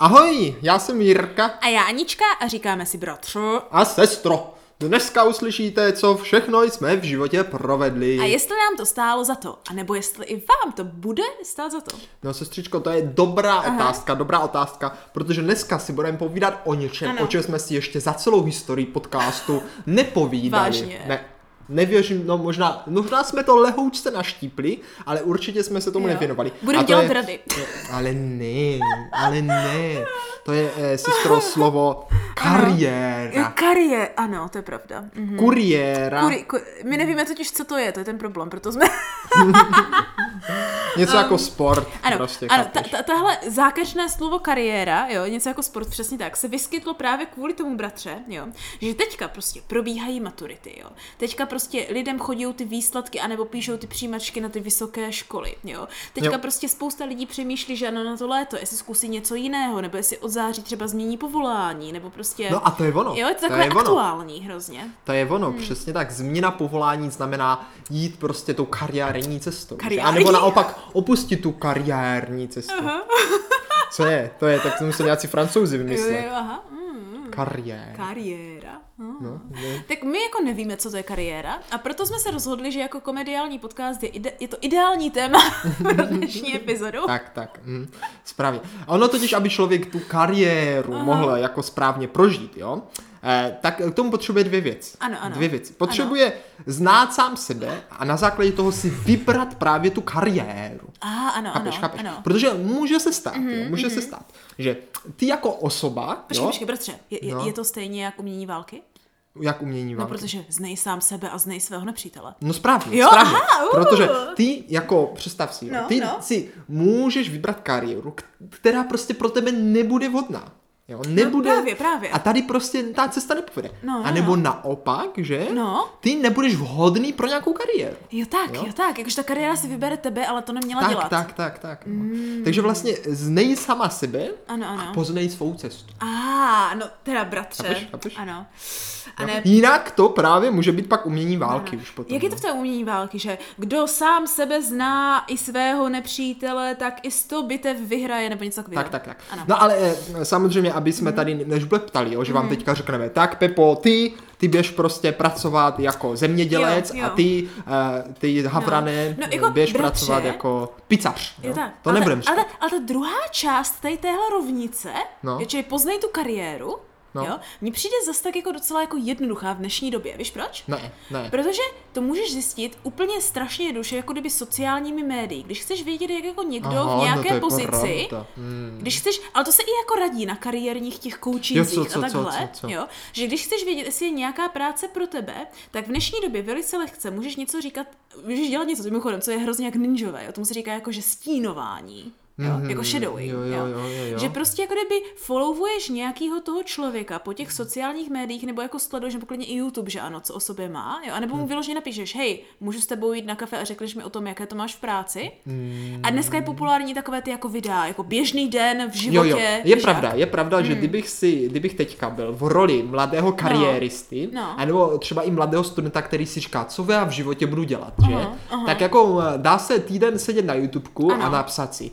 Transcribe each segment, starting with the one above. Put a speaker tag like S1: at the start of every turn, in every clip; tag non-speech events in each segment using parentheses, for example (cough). S1: Ahoj, já jsem Jirka
S2: A já Anička a říkáme si bratře.
S1: a sestro. Dneska uslyšíte, co všechno jsme v životě provedli.
S2: A jestli nám to stálo za to, anebo jestli i vám to bude stát za to.
S1: No sestřičko, to je dobrá Aha. otázka, dobrá otázka, protože dneska si budeme povídat o něčem, ano.
S2: Ano.
S1: o čem jsme si ještě za celou historii podcastu nepovídali.
S2: Vážně?
S1: Ne, nevěřím, no možná, možná jsme to lehoučce naštípli, ale určitě jsme se tomu
S2: Jo.
S1: nevěnovali.
S2: Budem
S1: A to
S2: dělat rady.
S1: (laughs) Ale ne, ale ne. To je, eh,
S2: (laughs)
S1: sestro, slovo kariéra.
S2: Karie, ano, to je pravda. Mhm.
S1: Kuriéra.
S2: Kuri, ku, my nevíme totiž, co to je, to je ten problém, proto jsme...
S1: Něco jako sport.
S2: Ehm, Ano,
S1: prostě,
S2: ano ta,
S1: chápeš?
S2: ta, tahle zákačné slovo kariéra, jo, něco jako sport, přesně tak, se vyskytlo právě kvůli tomu bratře, jo, že teďka prostě probíhají maturity, jo. Teďka prostě lidem chodí ty výsledky anebo píšou ty přijímačky na ty vysoké školy, jo. Teďka
S1: Jo.
S2: prostě spousta lidí přemýšlí, že ano, na to léto, jestli zkusí něco jiného, nebo jestli od září třeba změní povolání, nebo prostě...
S1: No a to je ono.
S2: Jo, je
S1: to
S2: to takové
S1: je ono.
S2: aktuální hrozně.
S1: To je ono, hmm. přesně tak. Změna povolání znamená jít prostě tou kariérní cestou. že? A
S2: Kariérní?
S1: nebo naopak opustit tu kariérní cestu. Co je? To je, tak to museli nějací francouzi
S2: Jo,
S1: vymyslet.
S2: jo, aha. Mm,
S1: Kariér.
S2: kariéra. Mm.
S1: No, no.
S2: Tak my jako nevíme, co to je kariéra a proto jsme se rozhodli, že jako komediální podcast je, ide- je to ideální téma (laughs) pro
S1: (laughs)
S2: dnešní epizodu.
S1: Tak, tak, mm, správně. A ono totiž, aby člověk tu kariéru Aha. mohl jako správně prožít, jo, eh, tak k tomu potřebuje dvě věci.
S2: Ano, ano.
S1: Dvě věci. Potřebuje ano. znát sám sebe a na základě toho si vybrat právě tu kariéru.
S2: A ano,
S1: Chápeš,
S2: ano,
S1: chápeš?
S2: ano. Mhm,
S1: Protože může se stát, mm-hmm, jo, může mm-hmm. se stát, že ty jako osoba,
S2: Počkej,
S1: jo,
S2: počkej, bratře, je, je,
S1: No.
S2: no. je to stejně jak umění války?
S1: jak umění
S2: No,
S1: vám.
S2: protože znej sám sebe a znej svého nepřítele.
S1: No správně,
S2: Jo,
S1: správně.
S2: aha, uh.
S1: Protože ty jako, představ si, jo,
S2: No,
S1: ty
S2: no.
S1: si můžeš vybrat kariéru, k- která prostě pro tebe nebude vhodná. Jo, nebude.
S2: právě, právě.
S1: A tady prostě ta cesta nepovede.
S2: No,
S1: a
S2: no,
S1: nebo
S2: no.
S1: naopak, že
S2: No.
S1: ty nebudeš vhodný pro nějakou kariéru.
S2: Jo tak,
S1: Jo.
S2: jo, jo tak, jakože ta kariéra si vybere tebe, ale to neměla
S1: tak,
S2: No, dělat. Mm.
S1: tak, tak, tak. No. Takže vlastně znej sama sebe
S2: Ano,
S1: a
S2: ano.
S1: poznej svou cestu.
S2: A, no teda bratře.
S1: Chápeš, chápeš?
S2: Ano. A
S1: Jo?
S2: ne,
S1: Jinak to právě může být pak umění války už potom.
S2: Jak je to
S1: no.
S2: v té umění války, že kdo sám sebe zná i svého nepřítele, tak i sto bitev vyhraje nebo něco takového.
S1: Tak, tak, tak.
S2: Ano. Mhm.
S1: No ale eh, samozřejmě, aby jsme tady než ptali, jo, že vám teďka řekneme, tak Pepo, ty, ty běž prostě pracovat jako zemědělec
S2: Jo, jo.
S1: a ty, eh, ty havrané, eh,
S2: No, jako
S1: běž
S2: bratře.
S1: pracovat jako picař.
S2: Jo, tak.
S1: To
S2: ale,
S1: nebudem
S2: ta, ale, ale ta druhá část tady téhle rovnice,
S1: No.
S2: no. čili poznej tu kariéru,
S1: No.
S2: no. jo, mně přijde zase tak jako docela jako jednoduchá v dnešní době. Víš proč?
S1: Ne, ne.
S2: Protože to můžeš zjistit úplně strašně jednoduše, jako kdyby sociálními médií. Když chceš vědět, jak jako někdo
S1: Aha,
S2: v
S1: no
S2: nějaké
S1: to je
S2: pozici,
S1: pravda. Hmm.
S2: Když chceš, ale to se i jako radí na kariérních těch
S1: Jo,
S2: koučících
S1: co, co,
S2: a takhle,
S1: co, co, co.
S2: Jo? že když chceš vědět, jestli je nějaká práce pro tebe, tak v dnešní době velice lehce můžeš něco říkat, můžeš dělat něco, mimochodem, co je hrozně jak ninjové, jo? tomu se říká jako, že stínování. Jo,
S1: Mhm,
S2: jako shadowing.
S1: jo, jo, jo, jo, jo.
S2: Že prostě jako kdyby followuješ nějakýho toho člověka po těch sociálních médiích, nebo jako sleduješ, nebo klidně i YouTube, že ano, co o sobě má, jo? a nebo
S1: Hmm.
S2: mu vyloženě napíšeš, hej, můžu s tebou jít na kafe a řekneš mi o tom, jaké to máš v práci. A dneska je populární takové ty jako videa, jako běžný den v
S1: Hmm. Jo,
S2: životě. Hmm.
S1: jo, je
S2: víš
S1: pravda,
S2: jak?
S1: je pravda, že kdybych si, kdybych teďka byl v roli mladého kariéristy,
S2: No.
S1: anebo třeba i mladého studenta, který si říká, co já v životě budu dělat, že?
S2: Aha, aha.
S1: Tak jako eh, dá se týden sedět na YouTubeku a
S2: Ano.
S1: napsat si,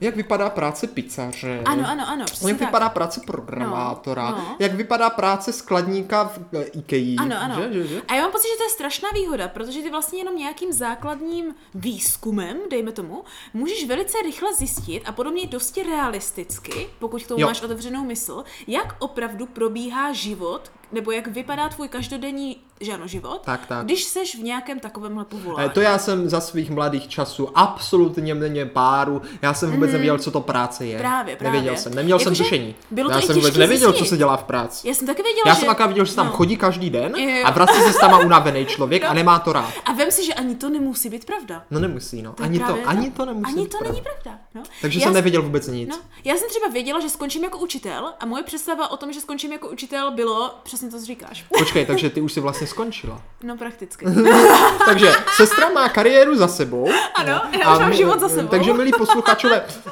S1: jak vypadá práce pizzaře.
S2: Ano, ano, ano, přesně
S1: Jak
S2: tak.
S1: vypadá práce programátora,
S2: No, no.
S1: jak vypadá práce skladníka v eh, IKEA,
S2: Ano, ano.
S1: že, že, že?
S2: A já mám pocit, že to je strašná výhoda, protože ty vlastně jenom nějakým základním výzkumem, dejme tomu, můžeš velice rychle zjistit a podobně dosti realisticky, pokud k tomu
S1: Jo.
S2: máš otevřenou mysl, jak opravdu probíhá život, nebo jak vypadá tvůj každodenní že ano, život,
S1: Tak, tak.
S2: když seš v nějakém takovémhle
S1: Eh,
S2: povolání.
S1: To já jsem za svých mladých časů absolutně měně páru. Já jsem vůbec mm. nevěděl, co to práce je.
S2: Mhm. Právě, právě.
S1: Nevěděl jsem, neměl
S2: Jako,
S1: jsem
S2: že
S1: tušení.
S2: bylo to
S1: já
S2: i
S1: jsem vůbec
S2: těžký
S1: nevěděl, co
S2: zjistit.
S1: se dělá v práci.
S2: Já jsem taky věděla,
S1: Já
S2: že...
S1: jsem akorát viděl, že se tam
S2: no.
S1: chodí každý den
S2: Jo, jo.
S1: a vrací se
S2: (laughs)
S1: tam unavený člověk a nemá to rád.
S2: A vem si, že ani to nemusí být pravda.
S1: No nemusí, no.
S2: je
S1: Ani to,
S2: právě
S1: ani to nemusí.
S2: Ani
S1: být
S2: to
S1: pravda.
S2: není pravda. No.
S1: Takže
S2: Já
S1: jsem
S2: s-
S1: nevěděl vůbec nic.
S2: No, já jsem třeba věděla, že skončím jako učitel a moje představa o tom, že skončím jako učitel, bylo přesně přesně to říkáš.
S1: Počkej,
S2: (laughs)
S1: takže ty už si vlastně skončila. (laughs)
S2: No prakticky.
S1: Takže sestra má kariéru za sebou.
S2: Ano, já už mám
S1: m-
S2: život za sebou.
S1: Takže, milí posluchačové, eh,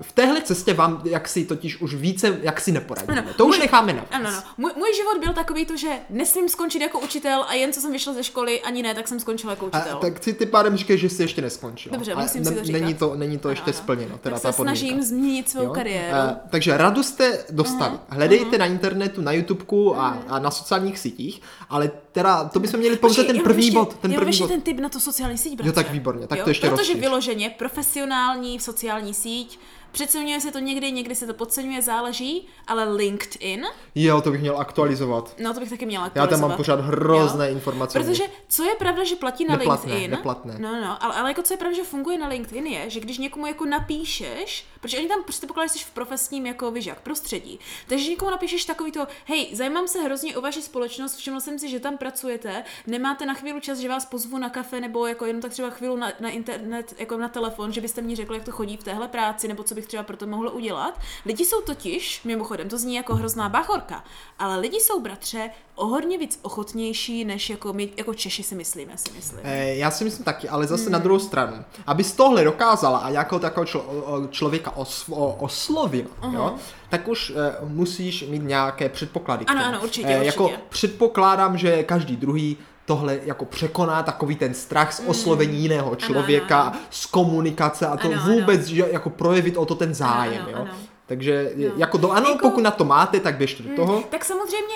S1: v téhle cestě vám jaksi totiž už více jaksi neporadíme.
S2: Ano,
S1: to už
S2: může-
S1: necháme na vás.
S2: Ano, no. Můj, můj život byl takový to, že nesmím skončit jako učitel a jen co jsem vyšla ze školy, ani ne, tak jsem skončila jako
S1: A,
S2: učitel.
S1: Eh, tak si ty pádem říkáš, že jsi ještě neskončila.
S2: Dobře,
S1: A
S2: musím si to říkat.
S1: Není to, není to
S2: Ano,
S1: ještě
S2: ano.
S1: splněno, teda
S2: tak
S1: ta
S2: se
S1: podmínka.
S2: snažím změnit svou
S1: Jo?
S2: kariéru.
S1: Eh, takže radu jste
S2: Mhm.
S1: dostali. Hledejte na internetu, na YouTubeku a, a na sociálních sítích, ale teda to bychom měli pouze
S2: Počkej,
S1: ten
S2: já
S1: první
S2: ještě-
S1: bod. Ten
S2: já
S1: první
S2: ještě
S1: bod.
S2: ten tip na to sociální síť, bratře.
S1: Jo, tak výborně, tak
S2: Jo,
S1: to ještě
S2: Protože
S1: rozšíř.
S2: vyloženě profesionální v sociální síť, přeceňuje se to někdy, někdy se to podceňuje, záleží, ale LinkedIn,
S1: Jo, to bych měl aktualizovat.
S2: no to bych taky měla
S1: Já tam mám
S2: aktualizovat.
S1: pořád hrozné
S2: Jo.
S1: informace. o nich.
S2: Protože co je pravda, že platí na
S1: Neplatné,
S2: LinkedIn?
S1: neplatné.
S2: No, no, ale, ale jako co je pravda, že funguje na LinkedIn je, že když někomu jako napíšeš, protože oni tam předpokládají, že jsi v profesním jako vyžák prostředí, takže někomu napíšeš takový to, hej, zajímám se hrozně o vaši společnost, všiml jsem si, že tam pracujete, nemáte na chvíli čas, že vás pozvu na kafe nebo jako jenom tak třeba chvíli na, na internet, jako na telefon, že byste mi řekli, jak to chodí v téhle práci nebo co bych třeba pro to mohla udělat. Lidi jsou totiž, mimochodem, to zní jako hrozná bachorka, ale lidi jsou bratře o hodně víc ochotnější, než jako my, jako Češi si myslíme, si myslím.
S1: Eh, Já si myslím taky, ale zase na
S2: Hmm.
S1: druhou stranu. Aby z tohle dokázala a nějakého takového člo, o- člověka osv, o- oslovila, jo, tak už eh, musíš mít nějaké předpoklady. k
S2: Ano,
S1: tomu.
S2: ano, určitě,
S1: Eh, Jako
S2: určitě.
S1: předpokládám, že každý druhý tohle jako překoná takový ten strach z oslovení jiného člověka,
S2: Hmm. ano.
S1: z komunikace a to
S2: Ano, ano.
S1: vůbec, že jako projevit o to ten zájem,
S2: ano,
S1: jo.
S2: ano.
S1: Takže
S2: No.
S1: no. jako do, ano,
S2: Jako- Hmm.
S1: pokud na to máte, tak běžte do toho.
S2: Tak samozřejmě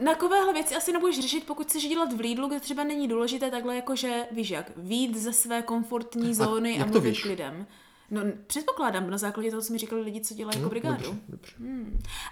S2: na takovéhle věci asi nebudeš řešit, pokud chceš dělat v Lidlu, kde třeba není důležité takhle jako, že víš jak, výjít ze
S1: (laughs)
S2: své komfortní zóny a,
S1: jak to
S2: mluvit
S1: víš?
S2: k lidem. No, předpokládám na základě toho, co mi říkali lidi, co dělají jako brigádu.
S1: No, Dobře, dobře.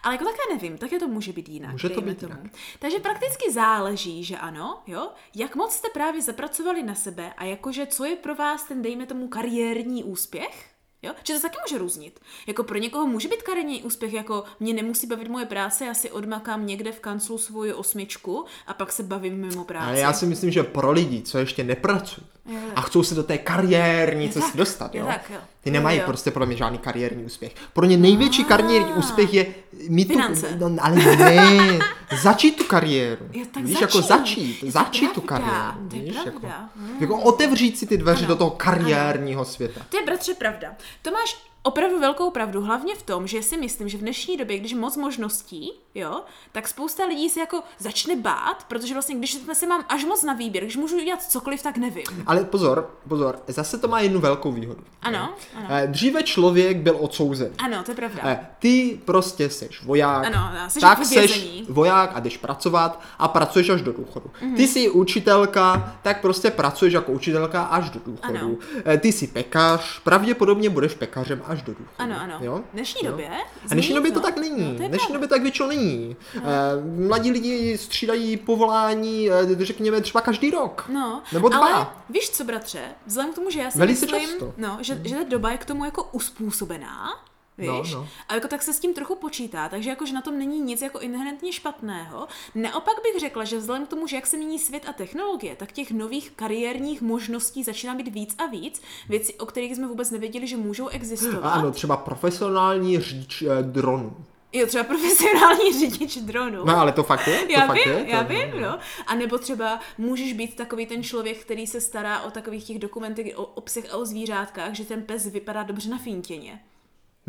S2: Ale jako také nevím, také to může být jinak.
S1: Může to
S2: dejme
S1: být jinak.
S2: Takže prakticky záleží, že ano, jo? Jak moc jste právě zapracovali na sebe a jakože co je pro vás ten, dejme tomu, kariérní úspěch? Jo? Že to se taky může různit. Jako pro někoho může být kariérní úspěch, jako mě nemusí bavit moje práce, já si odmakám někde v kanclu svoji osmičku a pak se bavím mimo práci.
S1: Ale já si myslím, že pro lidi, co ještě nepracují
S2: Jo, jo.
S1: a chcou se do té kariérní
S2: tak,
S1: cesty dostat,
S2: je
S1: jo,
S2: tak, jo.
S1: ty
S2: Jo,
S1: nemají
S2: jo. No,
S1: prostě pro mě žádný kariérní úspěch. Pro ně největší kariérní úspěch je mít
S2: Finance.
S1: tu, no, ale ne, začít tu kariéru.
S2: Jo, tak
S1: víš,
S2: začít.
S1: jako začít,
S2: Je to
S1: začít tu
S2: pravda,
S1: kariéru.
S2: to je
S1: víš, jako,
S2: pravda. Hmm.
S1: jako otevřít si ty dveře
S2: Ano,
S1: do toho kariérního světa.
S2: To je bratře pravda. To máš opravdu velkou pravdu, hlavně v tom, že si myslím, že v dnešní době, když je moc možností, jo, tak spousta lidí se jako začne bát, protože vlastně, když jsme se mám až moc na výběr, když můžu dělat cokoliv, tak nevím.
S1: Ale pozor, pozor, zase to má jednu velkou výhodu.
S2: Ano, ano.
S1: Eh, Dříve člověk byl odsouzen.
S2: Ano, to je pravda.
S1: Eh, Ty prostě seš voják,
S2: Ano, ano, seš
S1: tak
S2: ve
S1: seš
S2: vězení.
S1: voják a jdeš pracovat a pracuješ až do důchodu.
S2: Mhm.
S1: Mm-hmm. Ty jsi učitelka, tak prostě pracuješ jako učitelka až do důchodu.
S2: Ano.
S1: Eh, Ty jsi pekař, pravděpodobně budeš pekařem až do důchodu.
S2: Ano, ano.
S1: Jo?
S2: V dnešní
S1: Jo.
S2: době
S1: A v dnešní
S2: změnit,
S1: době to
S2: no.
S1: tak
S2: No,
S1: není.
S2: to je
S1: V dnešní
S2: pravda. No.
S1: době tak většinou není. Eh, Mladí lidi střídají povolání, eh, řekněme, třeba každý rok.
S2: No,
S1: Nebo dva.
S2: ale víš co, bratře, vzhledem k tomu, že já si
S1: Velice
S2: myslím,
S1: často.
S2: No, že, že ta doba je k tomu jako uspůsobená,
S1: No,
S2: víš,
S1: no.
S2: a jako tak se s tím trochu počítá, takže jako, že na tom není nic jako inherentně špatného. Naopak bych řekla, že vzhledem k tomu, že jak se mění svět a technologie, tak těch nových kariérních možností začíná být víc a víc, věci, o kterých jsme vůbec nevěděli, že můžou existovat.
S1: A Ano, třeba profesionální řidič eh, dronů.
S2: Jo, třeba profesionální řidič dronu.
S1: No ale to fakt je? To
S2: Já
S1: fakt
S2: vím,
S1: je, to
S2: já
S1: je-
S2: vím, no. A nebo třeba můžeš být takový ten člověk, který se stará o takových těch dokumentech, o, o psech a o zvířátkách, že ten pes vypadá dobře na fintině.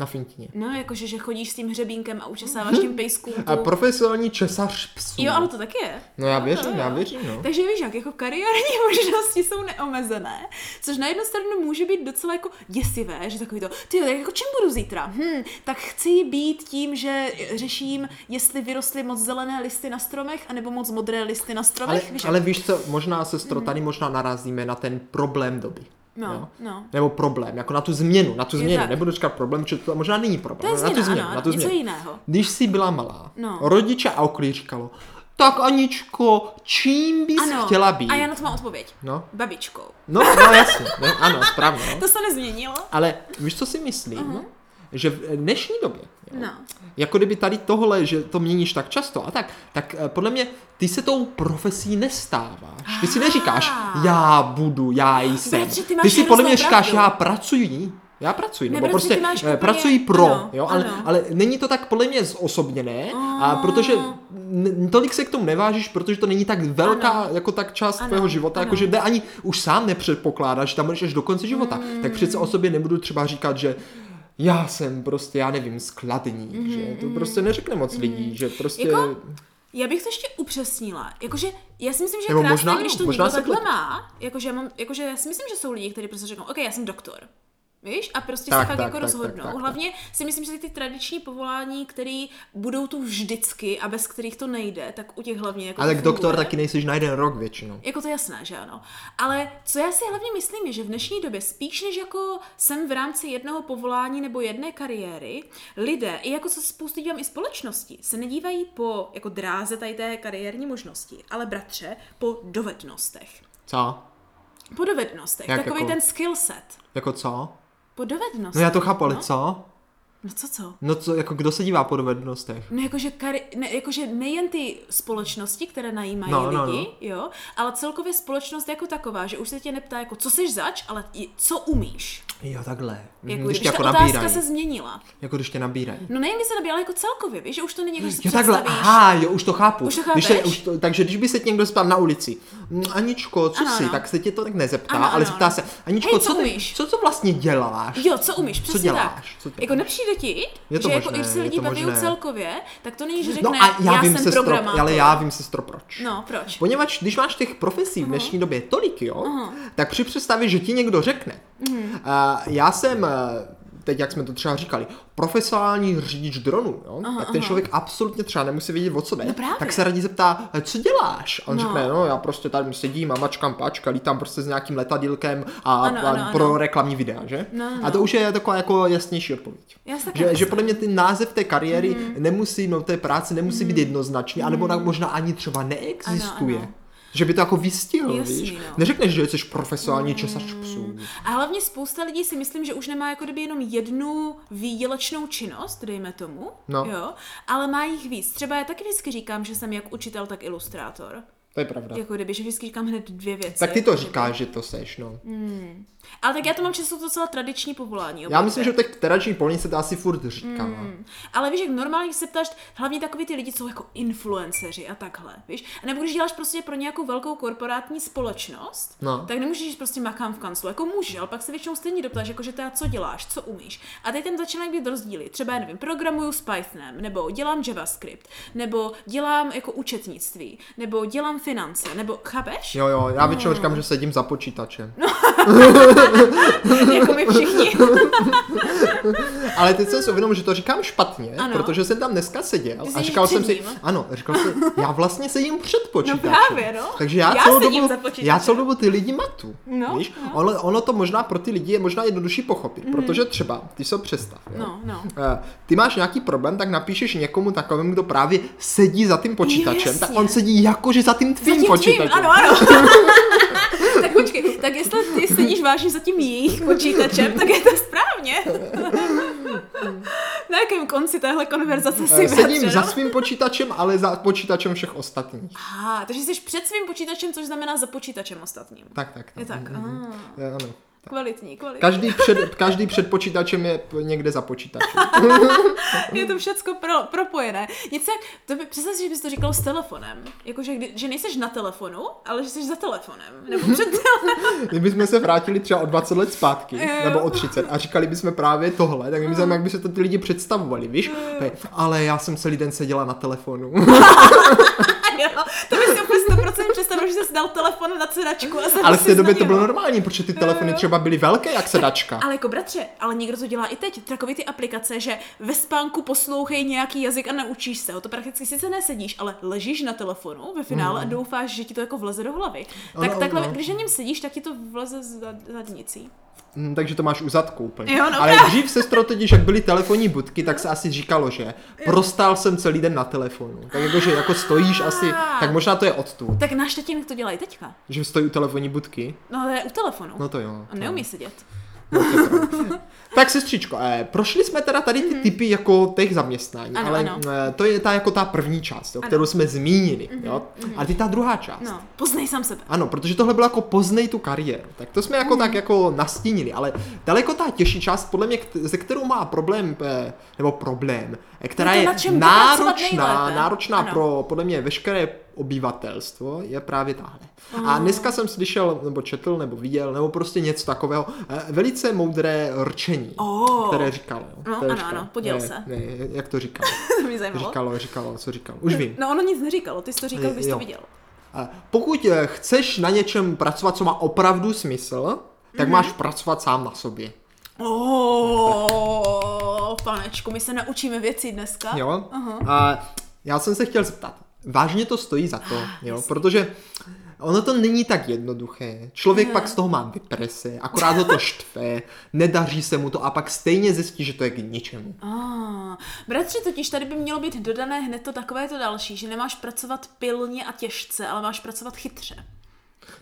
S1: Na fintině.
S2: No, jakože, že chodíš s tím hřebínkem a učesáváš tím pejskům. tu-
S1: Mhm. A profesionální česař psů.
S2: Jo, ale to taky je.
S1: No já
S2: No,
S1: věřím,
S2: jo.
S1: já věřím, no.
S2: Takže víš, jak jako kariérní (laughs) možnosti jsou neomezené, což na jednu stranu může být docela jako děsivé, že takový to, ty tak jako čím budu zítra? Hm, tak chci být tím, že řeším, jestli vyrostly moc zelené listy na stromech, anebo moc modré listy na
S1: Ale,
S2: stromech. víš, jak-
S1: ale víš co, možná, sestro, tady možná narazíme na ten problém doby.
S2: Mhm. No,
S1: jo?
S2: no.
S1: Nebo problém, jako na tu změnu, na tu
S2: Je
S1: změnu.
S2: tak.
S1: Nebudu říkat problém, protože to možná není problém.
S2: To je
S1: ale na tu
S2: změna,
S1: změnu,
S2: ano,
S1: na tu
S2: něco
S1: změnu.
S2: jiného.
S1: Když jsi byla malá,
S2: No.
S1: rodiče a okolí říkalo, tak Aničko, čím bys
S2: ano,
S1: chtěla být?
S2: A já na to mám odpověď.
S1: No.
S2: Babičkou.
S1: No, no jasně, no, ano, správně. No.
S2: (laughs) To se nezměnilo?
S1: Ale víš, co si myslím? Uh-huh. Že v dnešní době, jo,
S2: No.
S1: jako kdyby tady tohle, že to měníš tak často a tak, tak eh, podle mě ty se tou profesí nestáváš. Ty si neříkáš, já budu, já jsem.
S2: Bratře, Ah. ty máš
S1: ty si podle mě
S2: hroznou
S1: říkáš,
S2: pravdu.
S1: já pracuji. Já pracuji, nebo
S2: Nepracuj,
S1: prostě
S2: ty máš
S1: eh,
S2: úplně-
S1: pracuji pro,
S2: ano,
S1: jo, ale,
S2: ano.
S1: ale není to tak podle mě zosobněné, a
S2: Ah.
S1: protože n- tolik se k tomu nevážíš, protože to není tak velká,
S2: Ano.
S1: jako tak část
S2: Ano,
S1: tvého života, jako
S2: ano.
S1: že ne, ani už sám nepředpokládáš, že tam budeš až do konce života, tak přece o sobě nebudu třeba říkat, že já jsem prostě, já nevím, skladník, že to prostě neřekne moc lidí, že prostě...
S2: Mhm, Jako- Já bych to ještě upřesnila. Jakože já si myslím, že je
S1: Nebo
S2: krásné,
S1: možná
S2: když
S1: ano,
S2: to
S1: možná
S2: někdo
S1: se
S2: takhle
S1: pletu.
S2: má. Jakože já, mám, jakože já si myslím, že jsou lidi, kteří prostě řeknou, OK, já jsem doktor. Víš? A prostě
S1: Tak,
S2: se fakt
S1: tak,
S2: jako
S1: tak,
S2: rozhodnou.
S1: tak, tak, tak.
S2: Hlavně si myslím, že ty tradiční povolání, které budou tu vždycky a bez kterých to nejde, tak u těch hlavně jako
S1: ale
S2: to
S1: tak doktor
S2: funguje.
S1: taky nejsiš na jeden rok většinou.
S2: Jako to je jasné, že ano. Ale co já si hlavně myslím, je, že v dnešní době spíš než jako jsem v rámci jednoho povolání nebo jedné kariéry, lidé, i jako co spoustu dívám i společnosti, se nedívají po jako dráze tady té kariérní možnosti, ale bratře, po dovednostech.
S1: Co?
S2: Po dovednostech.
S1: Jak
S2: Takový
S1: jako?
S2: ten skill set.
S1: Jako co?
S2: Po dovednostech.
S1: No já to chápu, ale
S2: no?
S1: co?
S2: No co co?
S1: No co, jako kdo se dívá po dovednostech?
S2: No jakože, kari- ne, jakože nejen ty společnosti, které najímají
S1: No,
S2: no,
S1: no,
S2: lidi, no. jo, ale celkově společnost jako taková, že už se tě neptá jako co jsi zač, ale i co umíš.
S1: Jo, takhle.
S2: Jako,
S1: Jako,
S2: když,
S1: když tě
S2: když ta
S1: jako
S2: otázka
S1: nabírají.
S2: se změnila.
S1: Jako když tě nabírají.
S2: No nejen, když se nabíjela, ale jako celkově, víš, že už to není jako, že si
S1: Jo, takhle,
S2: představíš.
S1: aha, jo, už to chápu.
S2: Už to
S1: když se,
S2: chápeš?
S1: už to, takže když by se tě někdo zeptal na ulici, "Mm, Aničko, co
S2: Ano,
S1: jsi,
S2: ano.
S1: tak se tě to tak nezeptá,
S2: Ano,
S1: ale
S2: ano,
S1: zeptá
S2: ano.
S1: se, Aničko,
S2: Hej, co
S1: co, ty,
S2: umíš?"
S1: co to vlastně děláš?
S2: Jo, co umíš, přesně
S1: děláš?
S2: tak.
S1: Co děláš?
S2: Jako nepřijde ti,
S1: Je to možné,
S2: že jako když se
S1: je
S2: lidi
S1: to
S2: baví
S1: možné.
S2: celkově, tak to není, že řekne,
S1: no a já, vím,
S2: jsem
S1: sestro,
S2: programátor.
S1: ale já vím, sestro, proč.
S2: No, proč?
S1: Poněvadž když máš těch profesí v dnešní době tolik, jo, tak při představě, že ti někdo řekne,
S2: Mhm.
S1: a já jsem, eh, teď jak jsme to třeba říkali, profesionální řidič dronu, jo, tak ten člověk absolutně třeba nemusí vědět, o co jde,
S2: No právě.
S1: tak se radí zeptá, "Eh, co děláš? A on
S2: No.
S1: řekne, no já prostě tady sedím a mačkám pačka, lítám prostě s nějakým letadílkem a,
S2: Ano,
S1: a
S2: ano, ano.
S1: pro reklamní videa, že?
S2: No, no,
S1: A to už je taková jako jasnější odpověď.
S2: Já si taky
S1: Že, že
S2: myslím.
S1: podle mě ten název té kariéry nemusí, no té práce nemusí být jednoznačný, anebo na- možná ani třeba neexistuje.
S2: Ano, ano.
S1: Že by to jako vystihl,
S2: Jasný,
S1: víš?
S2: no.
S1: Neřekneš, že jsi profesionální česař psů.
S2: A hlavně spousta lidí si myslím, že už nemá jako kdyby jenom jednu výdělečnou činnost, dejme tomu,
S1: No.
S2: jo, ale má jich víc. Třeba já taky vždycky říkám, že jsem jak učitel, tak ilustrátor.
S1: To je pravda.
S2: Jako kdyby, že vždycky říkám hned dvě věci.
S1: No. Tak ty to
S2: jako kdyby.
S1: říkáš, že to seš, no.
S2: Ale tak já to mám často docela tradiční povolání.
S1: Já
S2: opravdu.
S1: myslím, že o těch terační polnice to asi furt říká. Mm.
S2: Ale víš, jak normálně když se ptáš, hlavně takový ty lidi jsou jako influenceři a takhle, víš? A nebo když děláš prostě pro nějakou velkou korporátní společnost,
S1: No.
S2: tak nemůžeš říct prostě makám v kanclu, jako můžeš, ale pak se většinou stejně doptáš, jako že teda co děláš, co umíš. A teď tam začínají být rozdíly. Třeba, já nevím, programuju s Pythonem, nebo dělám JavaScript, nebo dělám jako účetnictví, nebo dělám finance, nebo chápeš?
S1: Jo, jo, já většinou říkám, že sedím za počítačem.
S2: (laughs) jako
S1: (laughs)
S2: my všichni.
S1: Ale teď jsem si uvědomil, že to říkám špatně,
S2: Ano.
S1: protože jsem tam dneska seděl
S2: Ty
S1: a
S2: sedíš
S1: říkal
S2: před
S1: jsem si,
S2: ním.
S1: ano, říkal jsem, já vlastně sedím před počítačem.
S2: právě, no.
S1: Takže já,
S2: Já
S1: celou
S2: sedím
S1: dobu,
S2: za počítačem.
S1: já celou dobu ty lidi matu.
S2: No,
S1: víš?
S2: no. Mhm.
S1: Ono, ono, to možná pro ty lidi je možná jednodušší pochopit, protože třeba, ty jsou představ, jo?
S2: No, no.
S1: Eh, Ty máš nějaký problém, tak napíšeš někomu takovému, kdo právě sedí za tím počítačem,
S2: Jo,
S1: tak
S2: jasně.
S1: on sedí jakože za tím tvým
S2: Zatím
S1: počítačem.
S2: tvým, ano, ano. (laughs) tak počkej, tak jestli ty sedíš vážně za tím jejich počítačem, tak je to správně. (laughs) Na jakém konci téhle konverzace
S1: Eh,
S2: si
S1: Sedím
S2: no.
S1: za svým počítačem, ale za počítačem všech ostatních.
S2: Aha, takže jsi před svým počítačem, což znamená za počítačem ostatním.
S1: Tak, tak.
S2: Je tak, aha,
S1: Eh, Ano.
S2: kvalitní, kvalitní.
S1: Každý před, každý před počítačem je p- někde za počítačem.
S2: Je to všecko pro, propojené. Nic jak, to by, představ si, že bys to říkal s telefonem. Jakože, kdy, že nejseš na telefonu, ale že jsi za telefonem. Nebo před
S1: Kdybychom se vrátili třeba o 20 let zpátky,
S2: Jo.
S1: nebo o 30, a říkali bychom právě tohle, tak nevím, jak by se to ty lidi představovali, víš? Hej, Ale já jsem celý den seděla na telefonu. (laughs)
S2: (laughs) Jo, to bych si úplně 100% představil, že jsi dal telefon na sedačku a jsem
S1: Ale v
S2: si
S1: té době to
S2: znamenal.
S1: bylo normální, protože ty telefony
S2: Jo.
S1: třeba byly velké jak sedačka.
S2: Ale jako bratře, ale někdo to dělá i teď. Takový ty aplikace, že ve spánku poslouchej nějaký jazyk a naučíš se ho. To prakticky sice nesedíš, ale ležíš na telefonu ve finále a doufáš, že ti to jako vleze do hlavy. Tak
S1: Hmm. Ono- no.
S2: takhle,
S1: ono.
S2: když na něm sedíš, tak ti to vleze za zadnicí.
S1: Hm, Takže to máš u zadku úplně.
S2: Jo, no
S1: Ale
S2: právě.
S1: dřív, sestro, totiž jak byly telefonní budky, tak se asi říkalo, že prostál jsem celý den na telefonu. Tak jako, že jako stojíš asi, tak možná to je odtud,
S2: Tak náš tatínek to dělá i teďka.
S1: že stojí u telefonní budky.
S2: No ale u telefonu.
S1: No to jo.
S2: On neumí sedět.
S1: tak sestřičko, eh, prošli jsme teda tady ty typy jako těch zaměstnání,
S2: Mhm. Ano,
S1: ale
S2: ano.
S1: eh, to je ta jako ta první část, jo, kterou jsme zmínili,
S2: Mhm,
S1: jo. A ty ta druhá část.
S2: No, poznej sám sebe. (laughs)
S1: Ano, protože tohle bylo jako poznej tu kariéru. Tak to jsme jako
S2: Hmm.
S1: tak jako nastínili, ale daleko ta těžší část, podle mě, kt- se kterou má problém, eh, nebo problém, eh, která
S2: No to,
S1: je
S2: na čem pracovat
S1: náročná,
S2: nejlépe.
S1: náročná
S2: Ano.
S1: pro podle mě veškeré obyvatelstvo, je právě tahle.
S2: Hmm.
S1: A dneska jsem slyšel, nebo četl, nebo viděl, nebo prostě něco takového, eh, velice moudré rčení,
S2: Oh.
S1: které říkalo.
S2: No,
S1: které
S2: ano, ano, poděl
S1: ne,
S2: se. No.
S1: Ne, jak to
S2: (laughs)
S1: říkalo?
S2: to mě zajímalo.
S1: Říkalo, říkalo, co říkalo. Už vím.
S2: No ono nic neříkalo, ty jsi to říkal,
S1: Je-
S2: když jsi to
S1: jo.
S2: viděl.
S1: A Pokud eh, chceš na něčem pracovat, co má opravdu smysl,
S2: Mhm.
S1: tak máš pracovat sám na sobě.
S2: Oh, panečku, my se naučíme věci dneska.
S1: Jo?
S2: Aha.
S1: A já jsem se chtěl zeptat, vážně to stojí za to,
S2: Ah,
S1: jo? protože ono to není tak jednoduché. Člověk pak z toho má deprese, akorát ho to štve, nedaří se mu to a pak stejně zjistí, že to je k ničemu.
S2: Ah, bratři, totiž tady by mělo být dodané hned to takové to další, že nemáš pracovat pilně a těžce, ale máš pracovat chytře.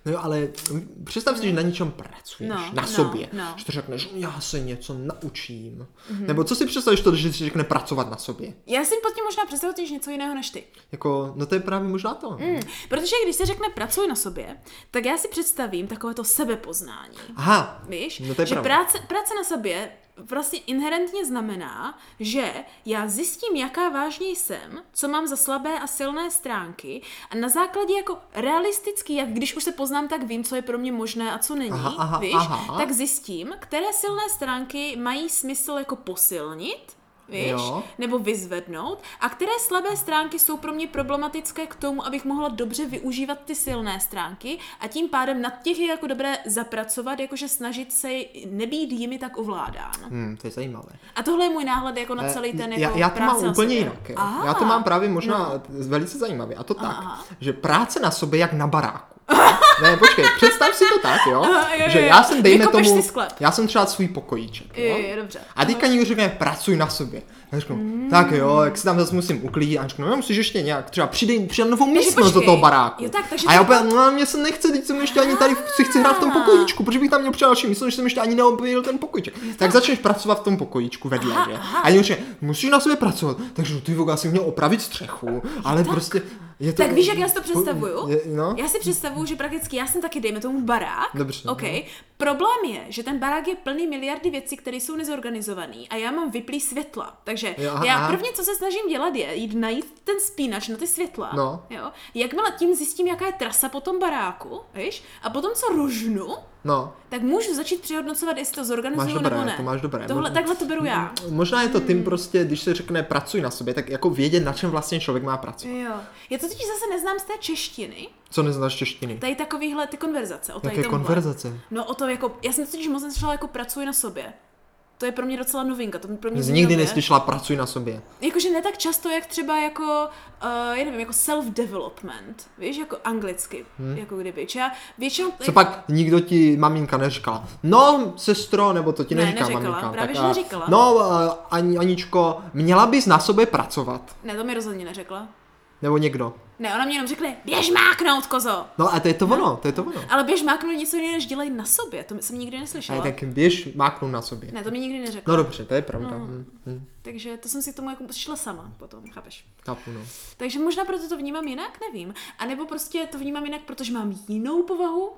S1: No jo, ale mm, představ si, že na něčem pracuješ,
S2: No,
S1: na
S2: no,
S1: sobě,
S2: no. Mhm.
S1: že to řekneš, já se něco naučím. Nebo co si představíš to, že si řekne pracovat na sobě?
S2: Já si pod tím možná představuji něco jiného než ty.
S1: Jako, no to je právě možná to.
S2: Mm. Protože když se řekne pracuj na sobě, tak já si představím takové to sebepoznání.
S1: Aha,
S2: Víš?
S1: No to je
S2: že
S1: pravda.
S2: práce, práce na sobě vlastně inherentně znamená, že já zjistím, jaká vážně jsem, co mám za slabé a silné stránky a na základě jako realisticky, jak když už se poznám, tak vím, co je pro mě možné a co není,
S1: Aha, aha,
S2: víš,
S1: aha.
S2: tak zjistím, které silné stránky mají smysl jako posilnit, víš,
S1: Jo.
S2: nebo vyzvednout a které slabé stránky jsou pro mě problematické k tomu, abych mohla dobře využívat ty silné stránky a tím pádem nad těch je jako dobré zapracovat, jakože snažit se nebýt jimi tak ovládán.
S1: Hmm, to je zajímavé.
S2: A tohle je můj náhled jako na
S1: Eh,
S2: celý ten
S1: já,
S2: jako
S1: já to
S2: práce
S1: mám
S2: na
S1: úplně
S2: sobě.
S1: jinak. jo.
S2: Aha. No.
S1: Já to mám právě možná velice zajímavě. A to tak,
S2: Aha.
S1: že práce na sobě jak na baráku. (laughs) ne, počkej, představ si to tak, jo?
S2: Aha, jo, jo,
S1: že
S2: jo.
S1: já jsem, dejme
S2: Vykopeš
S1: tomu,
S2: si sklep.
S1: já jsem třeba svůj pokojíček,
S2: Jo,
S1: jo?
S2: jo, dobře.
S1: A teďka někdo řekne, pracuj na sobě. Já řeknu, tak
S2: Hmm.
S1: jo, jak se tam zase musím uklidit. A řeknu, no musíš ještě nějak, třeba přidej, přidej novou místnost do
S2: počkej.
S1: toho baráku.
S2: Jo, tak, takže
S1: a já
S2: to- Ah.
S1: úplně, no mě se nechce, teď jsem ještě ani tady, si chci hrát v tom
S2: Aha.
S1: pokojíčku, protože bych tam měl přidal další místnost, že jsem ještě ani neobjevil ten pokojíček. Tak začneš pracovat v tom pokojíčku vedle,
S2: Aha,
S1: že?
S2: aha.
S1: A někdo řekne, musíš na sobě pracovat. Takže no, ty voga, asi měl opravit střechu, ale prostě... Je to,
S2: Tak víš, jak já si to představuju?
S1: Je, no?
S2: Já si představuju, že prakticky já jsem taky, dejme tomu, barák.
S1: Dobře, no.
S2: OK. Problém je, že ten barák je plný miliardy věcí, které jsou nezorganizované a já mám vyplý světla. Takže
S1: Jo, aha,
S2: já
S1: aha.
S2: prvně, co se snažím dělat, je jít najít ten spínač na ty světla.
S1: No.
S2: Jo? Jakmile tím zjistím, jaká je trasa po tom baráku, víš? A potom, co rožnu,
S1: No,
S2: tak můžu začít přehodnocovat, jestli to zorganizuju
S1: Máš dobré,
S2: nebo ne.
S1: to máš dobré.
S2: Tohle,
S1: Mo-
S2: takhle to beru já. Hmm.
S1: Možná je to tím prostě, když se řekne pracuj na sobě, tak jako vědět, na čem vlastně člověk má pracovat.
S2: Jo. Já to totiž zase neznám z té češtiny,
S1: Co neznáš češtiny?
S2: tady takovýhle ty konverzace. O tady
S1: Jaké
S2: tomhle.
S1: konverzace?
S2: No o to jako, já jsem totiž moc neslyšela jako pracuji na sobě. To je pro mě docela novinka, to pro mě
S1: Z
S2: zní
S1: nikdy
S2: nově.
S1: neslyšela pracuj na sobě.
S2: Jakože ne tak často, jak třeba jako, uh, já nevím, jako self-development, víš, jako anglicky, hmm. jako kdyby. Či já většinou...
S1: Co pak nikdo ti maminka neříkala? No, sestro, nebo to ti
S2: Ne,
S1: neříká
S2: neřekla,
S1: maminka.
S2: právě, že
S1: eh,
S2: neřekla.
S1: No, eh, Ani, Aničko, měla bys na sobě pracovat.
S2: Ne, to mi rozhodně neřekla.
S1: Nebo někdo.
S2: Ne, ona mě jenom řekla, běž máknout, kozo!
S1: No a to je to ono, to je to ono.
S2: Ale běž máknout je něco jiného, než dělej na sobě, to jsem nikdy neslyšela.
S1: A tak běž máknu na sobě.
S2: Ne, to mi nikdy neřekla.
S1: No dobře, to je pravda. Hm, hm,
S2: Takže to jsem si k tomu jako šla sama potom, chápeš?
S1: Chápu, no.
S2: Takže možná proto to vnímám jinak, nevím. A nebo prostě to vnímám jinak, protože mám jinou povahu,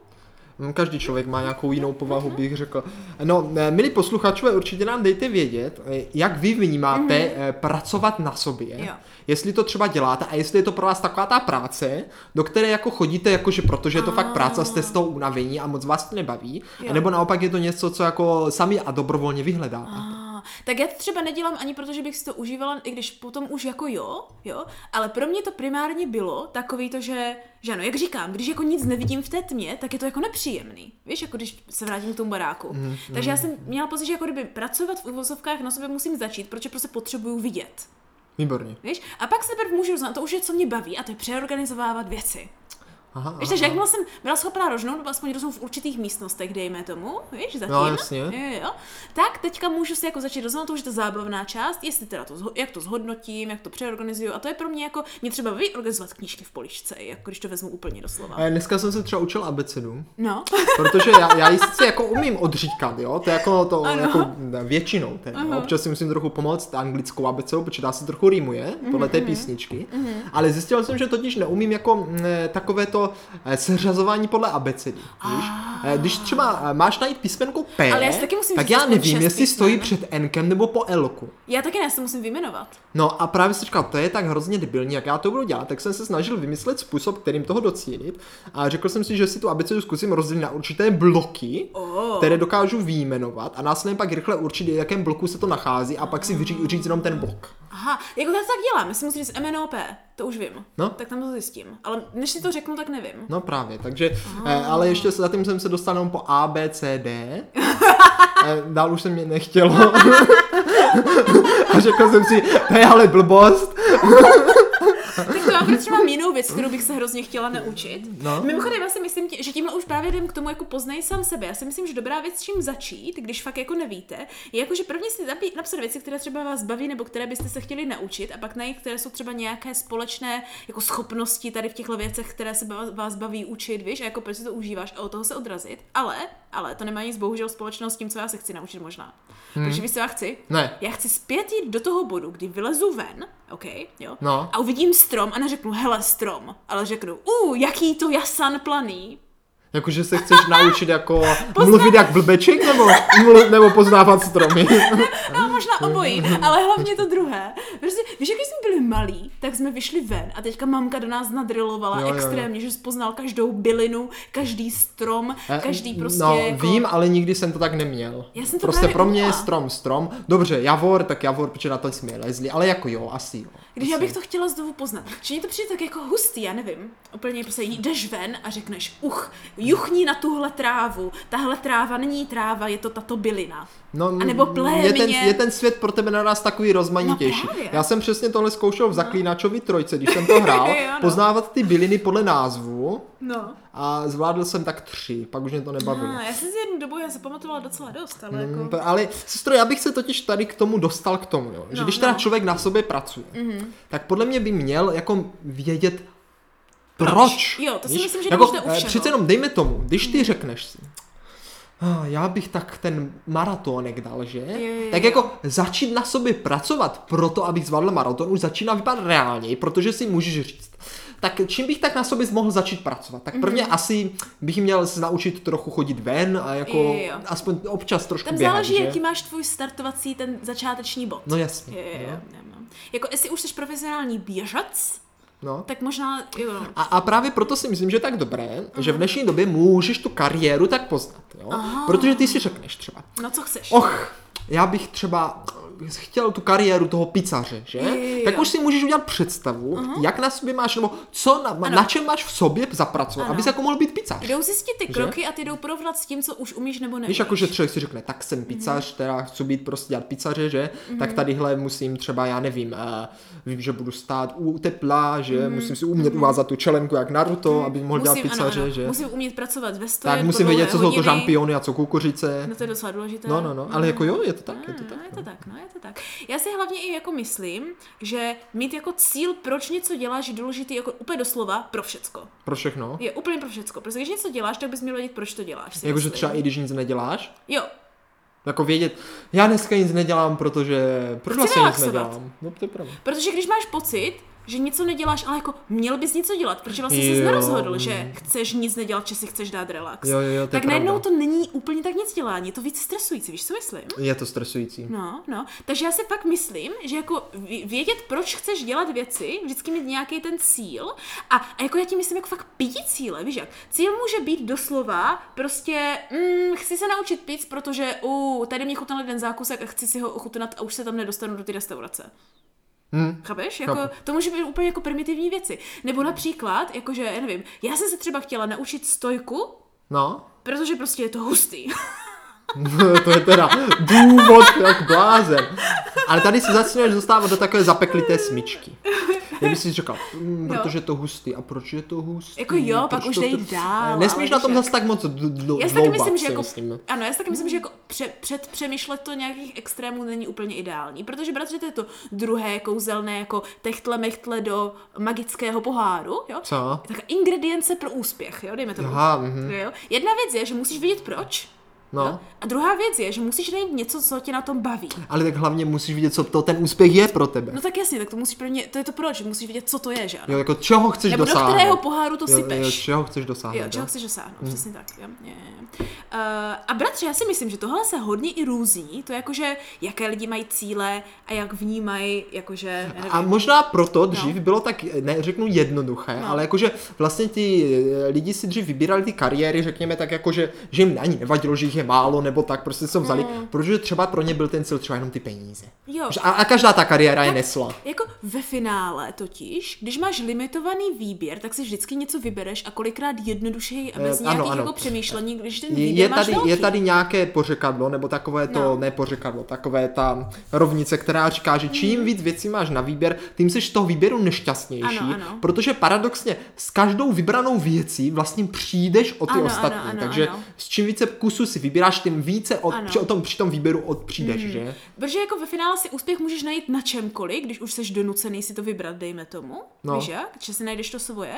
S1: No, Každý člověk má nějakou jinou povahu, bych řekl. No, eh, milí posluchačové, určitě nám dejte vědět, eh, jak vy vnímáte eh, pracovat na sobě.
S2: Mhm. Jo.
S1: Jestli to třeba děláte a jestli je to pro vás taková ta práce, do které jako chodíte, jakože protože je to fakt práce, jste z toho unavení a moc vás to nebaví,
S2: Ah. Jo.
S1: a nebo naopak je to něco, co jako sami a dobrovolně vyhledáte.
S2: Ah, tak já to třeba nedělám ani proto, že bych si to užívala, i když potom už jako jo, jo, ale pro mě to primárně bylo takový to, že, že ano, jak říkám, když jako nic nevidím v té tmě, tak je to jako nepříjemný, víš, jako když se vrátím k tomu baráku. Mm, Takže já jsem měla pocit, že jako kdyby pracovat v uvozovkách na sobě musím začít, protože prostě potřebuju vidět,
S1: Výborně.
S2: víš, a pak se teprve můžu znát, to už je, co mě baví, a to je přeorganizovávat věci.
S1: Aha,
S2: Víš, takže jakmile jsem byla schopná rožnout, nebo aspoň rozum v určitých místnostech, dejme tomu, víš, zatím,
S1: No, jasně.
S2: Jo, jo, jo, tak teďka můžu si jako začít rozhodnout, že to je zábavná část, jestli teda to, zho- jak to zhodnotím, jak to přeorganizuju, a to je pro mě jako, mě třeba baví organizovat knížky v poličce, jako když to vezmu úplně doslova.
S1: Eh, Dneska jsem se třeba učil abecedu,
S2: No, (laughs)
S1: protože já, já ji sice jako umím odříkat, jo, to je jako to
S2: Ano.
S1: jako většinou. Ten, jo? Občas si musím trochu pomoct anglickou abecedou, protože ta se trochu rýmuje podle
S2: Mhm,
S1: té písničky, ale zjistil jsem, že totiž neumím jako mm, eh, takové to eh, seřazování podle abecedy. Víš? Eh, Když třeba eh, máš najít písmenko P,
S2: Ah. Ale já si taky musím
S1: tak
S2: říct
S1: já
S2: aspoň
S1: nevím,
S2: šest
S1: jestli stojí
S2: písmen.
S1: před Nkem nebo po Lku.
S2: já taky ne, se musím vyjmenovat.
S1: No a právě jsem říkal, to je tak hrozně debilní, jak já to budu dělat, tak jsem se snažil vymyslet způsob, kterým toho docílit a řekl jsem si, že si tu abecedu zkusím rozdělit na určité bloky,
S2: Oh.
S1: které dokážu výjmenovat a následně pak rychle určit, v jakém bloku se to nachází a pak si vyří, říct jenom ten blok.
S2: Aha, jako já to tak dělám, já si musím říct MNOP, to už vím.
S1: No.
S2: Tak tam to zjistím. Ale než si to řeknu, tak nevím.
S1: No právě, takže, eh, ale ještě se- zatím jsem se dostal jenom po A, B, C, D. Eh, Dál už se mě nechtělo. (laughs) a řekl jsem si, to je ale blbost.
S2: Tak to já proč mám jinou věc, kterou bych se hrozně chtěla naučit.
S1: No.
S2: Mimochodem, já si myslím, tě- že tímhle už právě jdem k tomu, jako poznej sám sebe. Já si myslím, že dobrá věc, s čím začít, když fakt jako nevíte, je jako, že prvně si zapí- napsat věci, které třeba vás baví nebo které byste se chtěli naučit a pak najít, které jsou třeba nějaké společné jako schopnosti tady v těchto věcech, které se ba- vás baví učit, víš, a jako proč si to užíváš a od toho se odrazit. Ale, ale to nemá nic bohužel společného s tím, co já se chci naučit možná. Hmm. Protože víš, co já chci?
S1: Ne.
S2: Já chci zpět jít do toho bodu, kdy vylezu ven, OK, jo,
S1: No.
S2: a uvidím strom a neřeknu, hele, strom, ale řeknu, u, jaký to jasan planý.
S1: Jakože se chceš naučit
S2: (laughs)
S1: jako mluvit jak blbeček nebo, mlu- nebo poznávat stromy. (laughs) Hm,
S2: No, možná obojí, ale hlavně to druhé. Prostě, víš, jak když jsme byli malí, tak jsme vyšli ven a teďka mamka do nás nadrilovala
S1: Jo,
S2: jo,
S1: jo, jo.
S2: extrémně, že spoznal každou bylinu, každý strom, každý prostě
S1: No,
S2: jako...
S1: vím, ale nikdy jsem to tak neměl.
S2: Já jsem to
S1: prostě
S2: právě
S1: pro mě je
S2: uměla.
S1: strom strom. Dobře, javor, tak javor, protože na to jsme lezli, ale jako jo, asi jo.
S2: Když já bych
S1: prostě-
S2: to chtěla znovu poznat. Že mi to přijde tak jako hustý, já nevím. Úplně prostě jdeš ven a řekneš, uch, juchni na tuhle trávu, tahle tráva není tráva, je to tato bylina.
S1: No,
S2: A nebo
S1: je ten,
S2: plémě.
S1: je ten svět pro tebe na nás takový rozmanitější.
S2: No právě. No.
S1: Já jsem přesně tohle zkoušel v Zaklínačovi trojce, když jsem
S2: (laughs)
S1: to hrál,
S2: Jo, no.
S1: poznávat ty byliny podle názvu
S2: No.
S1: a zvládl jsem tak tři, pak už mě to nebavilo.
S2: Ah, já jsem si jednu dobu já zapamatovala docela dost, ale jako...
S1: Mm, Ale sestro, já bych se totiž tady k tomu dostal k tomu, jo. že
S2: No,
S1: když teda
S2: no. Mhm.
S1: člověk na sobě pracuje, tak podle mě by měl jako vědět, proč.
S2: Jo, to si
S1: víš?
S2: myslím, že
S1: jako,
S2: důležité u
S1: eh,
S2: všeho. Mhm.
S1: Přece jenom dejme tomu, když ty řekneš si, "Ah, já bych tak ten maratonek dal, že?
S2: jo,
S1: Tak
S2: jo.
S1: jako začít na sobě pracovat proto, abych zvládl maraton, už začíná vypadat reálněji, protože si můžeš říct. Tak čím bych tak na sobě mohl začít pracovat? Tak prvně
S2: Mhm.
S1: asi bych měl se naučit trochu chodit ven a jako
S2: Jo, jo, jo.
S1: aspoň občas trošku
S2: Tam
S1: běhat,
S2: záleží,
S1: že?
S2: jaký máš tvůj startovací ten začáteční bod.
S1: No jasně.
S2: Jo, jo, jo,
S1: no.
S2: jo, no. Jako jestli už jsi profesionální běžec,
S1: No.
S2: tak možná, jo, no.
S1: A, a právě proto si myslím, že je tak dobré, že v
S2: Mhm.
S1: dnešní době můžeš tu kariéru tak poznat, jo? Protože ty si řekneš třeba,
S2: no co chceš.
S1: och, já bych třeba chtěl tu kariéru toho pizzaře, že?
S2: Jo, jo, jo.
S1: Tak už si můžeš udělat představu, jak na sobě máš, nebo co na, na čem máš v sobě zapracovat,
S2: Ano.
S1: abys jako mohl být pizzař.
S2: Jdou zjistit ty kroky a ty jdou porovnat s tím, co už umíš nebo neumíš.
S1: Víš, jako že člověk si řekne, tak
S2: Mhm.
S1: jsem pizzař, teda chci být prostě dělat pizzaře, že? Tak tadyhle musím třeba, já nevím, uh, vím, že budu stát u tepla, že musím si umět uvázat tu čelenku jak Naruto, abych mohl dělat
S2: Mhm. Musím, ano,
S1: pizzaře,
S2: ano,
S1: že?
S2: musím umět pracovat ve stoje,
S1: tak
S2: po
S1: musím vědět,
S2: dlouhé
S1: co jsou to
S2: hodiny.
S1: žampiony a co kukuřice.
S2: No to je docela důležité. Mhm.
S1: No, no, no, ale jako jo, je to tak, je to
S2: No,
S1: tak.
S2: je to tak, no, je to tak. Já si hlavně i jako myslím, že mít jako cíl, proč něco děláš, je důležitý jako úplně doslova pro všecko.
S1: Pro všechno.
S2: Je úplně pro všecko. Protože když něco děláš, tak bys měl vědět, proč to děláš. si
S1: Jakože
S2: myslím.
S1: třeba i když nic neděláš,
S2: Jo,
S1: jako vědět, já dneska nic nedělám, protože proč vlastně nic
S2: relaxovat.
S1: nedělám? No to je pravda.
S2: Protože když máš pocit, že něco neděláš, ale jako měl bys něco dělat, protože vlastně jsi
S1: Jo,
S2: nerozhodl, že
S1: mm.
S2: chceš nic nedělat, že si chceš dát relax.
S1: Jo, jo, jo, to je
S2: tak najednou
S1: pravda.
S2: to není úplně tak nic dělání, je to víc stresující, víš, co myslím?
S1: Je to stresující.
S2: No, no. Takže já si pak myslím, že jako vě- vědět, proč chceš dělat věci, vždycky mít nějaký ten cíl. A, a jako já tím myslím, jako fakt píti cíle, víš jak? Cíl může být doslova prostě, mm, chci se naučit pít, protože u, tady mě chutnal jeden zákusek a chci si ho ochutnat a už se tam nedostanu do té restaurace.
S1: Hm.
S2: Chápeš? Jako,
S1: Chápu.
S2: to může být úplně jako primitivní věci. Nebo například, jakože, já nevím, já jsem se třeba chtěla naučit stojku,
S1: No,
S2: protože prostě je to hustý.
S1: (laughs) to je teda důvod jak blázen. Ale tady se začínáš dostávat do takové zapeklité smyčky. Kdyby si řekl, mm,
S2: No.
S1: protože je to hustý. A proč je to hustý?
S2: Jako jo,
S1: Proč
S2: pak už
S1: to-
S2: dej
S1: to-
S2: dál,
S1: Nesmíš
S2: ale
S1: na tom
S2: že-
S1: zase tak moc dl- dl-
S2: Já si taky
S1: dloubat,
S2: myslím, že
S1: si
S2: jako,
S1: myslím. no.
S2: ano, já si taky myslím, že jako pře, před přemýšlet to nějakých extrémů není úplně ideální, protože bratře to je to druhé kouzelné jako techtle mechtle do magického poháru, jo?
S1: Co?
S2: Tak ingredience pro úspěch, jo, dejme tomu.
S1: Aha, mhm.
S2: Jo? Jedna věc je, že musíš vědět proč, jo?
S1: No.
S2: a druhá věc je, že musíš najít něco, co tě na tom baví.
S1: Ale tak hlavně musíš vidět, co to ten úspěch je pro tebe.
S2: No tak jasně, tak to musíš prvně, to je to proč, musíš vědět, co to je, že ano.
S1: Jo, jako čeho chceš
S2: Nebo do
S1: dosáhnout.
S2: kterého poháru to
S1: jo,
S2: sypeš.
S1: jo, čeho chceš dosáhnout.
S2: Jo, čeho chceš dosáhnout,
S1: Hmm.
S2: mm. přesně tak. Jo. Je, je. Uh, a bratře, já si myslím, že tohle se hodně i různí, to je jako, že jaké lidi mají cíle a jak vnímají, jakože, já nevím,
S1: A možná proto dřív no. bylo tak, neřeknu jednoduché, no. ale jakože vlastně ti eh, lidi si dřív vybírali ty kariéry, řekněme tak jakože, že jim ani nevadilo, že jich je málo nebo tak, prostě se vzali, mm. protože třeba pro ně byl ten cíl třeba jenom ty peníze.
S2: Jo.
S1: A, a každá ta kariéra je nesla.
S2: jako ve finále totiž, když máš limitovaný výběr, tak si vždycky něco vybereš a kolikrát jednodušeji a bez
S1: Eh, ano,
S2: nějakých
S1: ano.
S2: jako přemýšlení, když ten
S1: Je,
S2: výběr
S1: je,
S2: máš
S1: tady,
S2: velký.
S1: je tady nějaké pořekadlo, nebo takové to,
S2: No.
S1: no. ne pořekadlo, takové ta rovnice, která říká, že
S2: Mm.
S1: čím víc věcí máš na výběr, tím jsi z toho výběru nešťastnější,
S2: Ano, ano.
S1: protože paradoxně s každou vybranou věcí vlastně přijdeš o ty
S2: Ano, ano,
S1: ostatní,
S2: ano,
S1: takže
S2: ano.
S1: s čím více kusů si vybíráš, tím více od,
S2: Ano.
S1: při, o tom, při tom výběru od přijdeš, že?
S2: Protože jako ve finále si úspěch můžeš najít na čemkoliv, když už seš donucený si to vybrat, dejme tomu. No.
S1: No.
S2: Víš jak? Že si najdeš to svoje.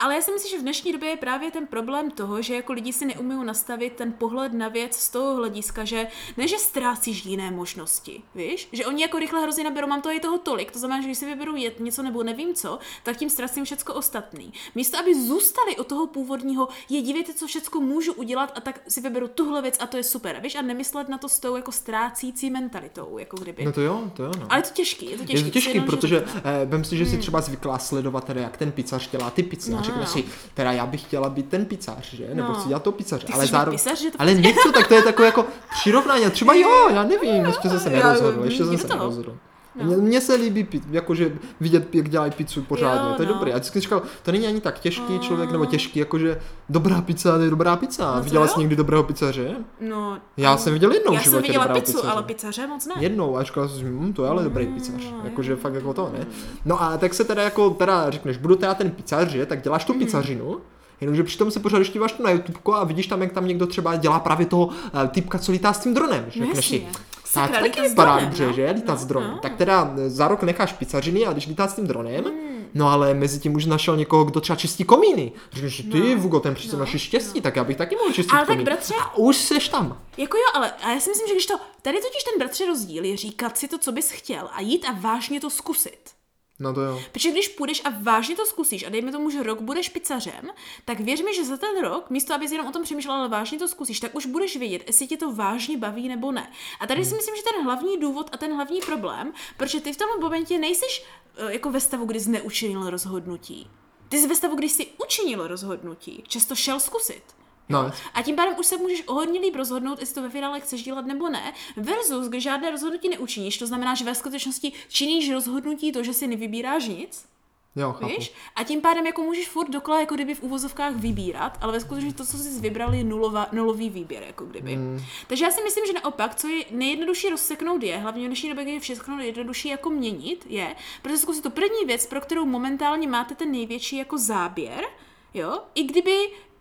S2: Ale já si myslím, že v dnešní době je právě ten problém toho, že jako lidi si neumí nastavit ten pohled na věc z toho hlediska, že ne, že ztrácíš jiné možnosti, víš? Že oni jako rychle hrozně naberou, mám toho i toho tolik, to znamená, že když si vyberu je- něco nebo nevím co, tak tím ztracím všecko ostatní. Místo, aby zůstali od toho původního, je dívejte, co všecko můžu udělat a tak si vyberu tuhle věc a to je super, víš? A nemyslet na to s tou jako ztrácící mentalitou, jako kdyby.
S1: No to jo, to jo, no.
S2: Ale je to těžký, je to těžký.
S1: je to těžký,
S2: jenom, že
S1: protože
S2: řekne.
S1: eh, vem si, že jsi třeba zvyklá sledovat teda, jak ten pizzař dělá ty pizzy.
S2: No,
S1: a
S2: no.
S1: řekne si, teda já bych chtěla být ten pizzař, že? Nebo
S2: No.
S1: chci dělat to pizzaře.
S2: Ty
S1: ale
S2: chceš být
S1: zároveň.
S2: pizzař, že to
S1: ale něco, tak to je takové jako přirovnání. A Třeba jo, já nevím, ještě jsem se
S2: já-
S1: nerozhodl. Ještě
S2: jdi
S1: jsem
S2: do
S1: se
S2: toho.
S1: nerozhodl.
S2: No.
S1: Mně- Mně se líbí, pi- jakože vidět, jak dělají pizzu pořádně,
S2: Jo,
S1: to je
S2: no.
S1: dobré. Já vždycky říkal, to není ani tak těžký člověk, nebo těžký, jakože dobrá pizza, to je dobrá pizza.
S2: to
S1: Viděla
S2: No jo.
S1: jsi někdy dobrého pizzaře?
S2: No,
S1: Já jsem viděl jednou
S2: já
S1: v
S2: jsem
S1: životě
S2: viděla
S1: dobrého
S2: pizzu,
S1: pizzaře.
S2: ale pizzaře moc ne.
S1: Jednou a říkal jsem, si, hm, to je ale dobrý pizzař.
S2: Mm.
S1: Jakože fakt jako to, ne? No a tak se teda jako teda řekneš, budu teda ten pizzař, že? Tak děláš tu
S2: Mm.
S1: pizzařinu, jenomže přitom se pořád ještě díváš tu na YouTube a vidíš tam, jak tam někdo třeba dělá právě toho eh, typka, co lítá s tím dronem. Že?
S2: No
S1: Řekneš
S2: jasně.
S1: si,
S2: Sakra,
S1: tak taky
S2: lítá s
S1: vypadá
S2: dronem,
S1: dobře,
S2: no.
S1: že? Lítá s
S2: No,
S1: dronem.
S2: no.
S1: Tak teda eh, za rok necháš pizzařiny a když lítá s tím dronem,
S2: Mm.
S1: No ale mezi tím už našel někoho, kdo třeba čistí komíny. Řekneš, si, ty,
S2: No,
S1: Vugo, ten přišel
S2: no,
S1: naše štěstí, tak já bych taky mohl čistit
S2: Ale tak,
S1: komín.
S2: bratře-
S1: A už seš tam.
S2: Jako jo, ale a já si myslím, že když to, tady totiž ten bratře rozdíl je říkat si to, co bys chtěl a jít a vážně to zkusit.
S1: No to jo.
S2: Protože když půjdeš a vážně to zkusíš a dejme tomu, že rok budeš picařem, tak věř mi, že za ten rok, místo abys jenom o tom přemýšlel, ale vážně to zkusíš, tak už budeš vědět, jestli tě to vážně baví nebo ne. A tady si myslím, že ten hlavní důvod a ten hlavní problém, protože ty v tom momentě nejsiš eh, jako ve stavu, kdy jsi neučinil rozhodnutí. Ty jsi ve stavu, kdy jsi učinil rozhodnutí, často šel zkusit.
S1: No,
S2: A tím pádem už se můžeš o hodně líp rozhodnout, jestli to ve finále chceš dělat nebo ne, versus když žádné rozhodnutí neučiníš, to znamená, že ve skutečnosti činíš rozhodnutí to, že si nevybíráš nic,
S1: jo, chápu.
S2: víš? A tím pádem jako můžeš furt dokola jako kdyby v uvozovkách vybírat, ale ve skutečnosti to, co jsi vybral, je nulova, nulový výběr, jako kdyby. Mm. Takže já si myslím, že naopak, co je nejjednodušší rozseknout je, hlavně v dnešní době, kdy je všechno jednodušší jako měnit, je, protože zkusit to první věc, pro kterou momentálně máte ten největší jako záběr, jo, i kdyby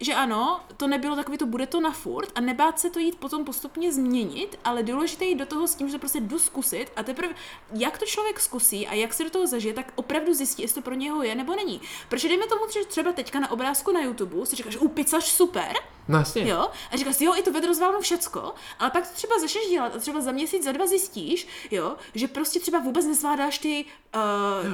S2: že ano, to nebylo takový, to bude to na furt a nebát se to jít potom postupně změnit, ale důležité jít do toho s tím, že to prostě jdu zkusit a teprve, jak to člověk zkusí a jak se do toho zažije, tak opravdu zjistí, jestli to pro něho je nebo není. Protože dejme tomu, že třeba teďka na obrázku na YouTube si říkáš, u pizzař super,
S1: No jasně.
S2: jo, a říkáš si, jo, i to vedro zvládnu všecko, ale pak to třeba začneš dělat a třeba za měsíc, za dva zjistíš, jo, že prostě třeba vůbec nezvládáš ty...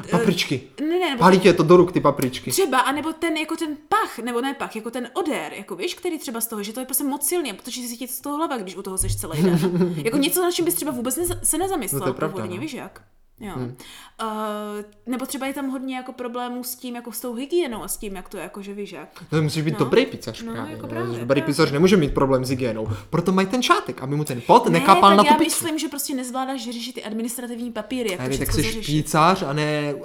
S2: Uh,
S1: Papričky.
S2: Ne, ne, nebo
S1: Pálí tě to do ruk, ty papričky.
S2: Třeba, anebo ten, jako ten pach, nebo ne pach, jako ten odér, jako víš, který třeba z toho, že to je prostě moc silný, protože si ti z toho hlava, když u toho seš
S1: (laughs)
S2: celý den. jako něco, na čím bys třeba vůbec neza- se nezamyslel
S1: No to je pravda,
S2: původně,
S1: no.
S2: víš jak? Jo. Hmm. Uh, nebo třeba je tam hodně jako problémů s tím, jako s tou hygienou a s tím, jak to je, jako že víš jak.
S1: No, musíš být
S2: No.
S1: dobrý pizzař
S2: No,
S1: právě.
S2: jako
S1: no.
S2: právě,
S1: dobrý
S2: právě.
S1: pizzař nemůže mít problém s hygienou. Proto mají ten čátek, aby mu ten pot nekapal
S2: ne,
S1: na
S2: tak
S1: tu
S2: já
S1: pizzu.
S2: myslím, že prostě nezvládáš řešit ty administrativní papíry, jak to
S1: Ne, tak
S2: všechno
S1: jsi
S2: zařešit.
S1: pizzař a ne eh,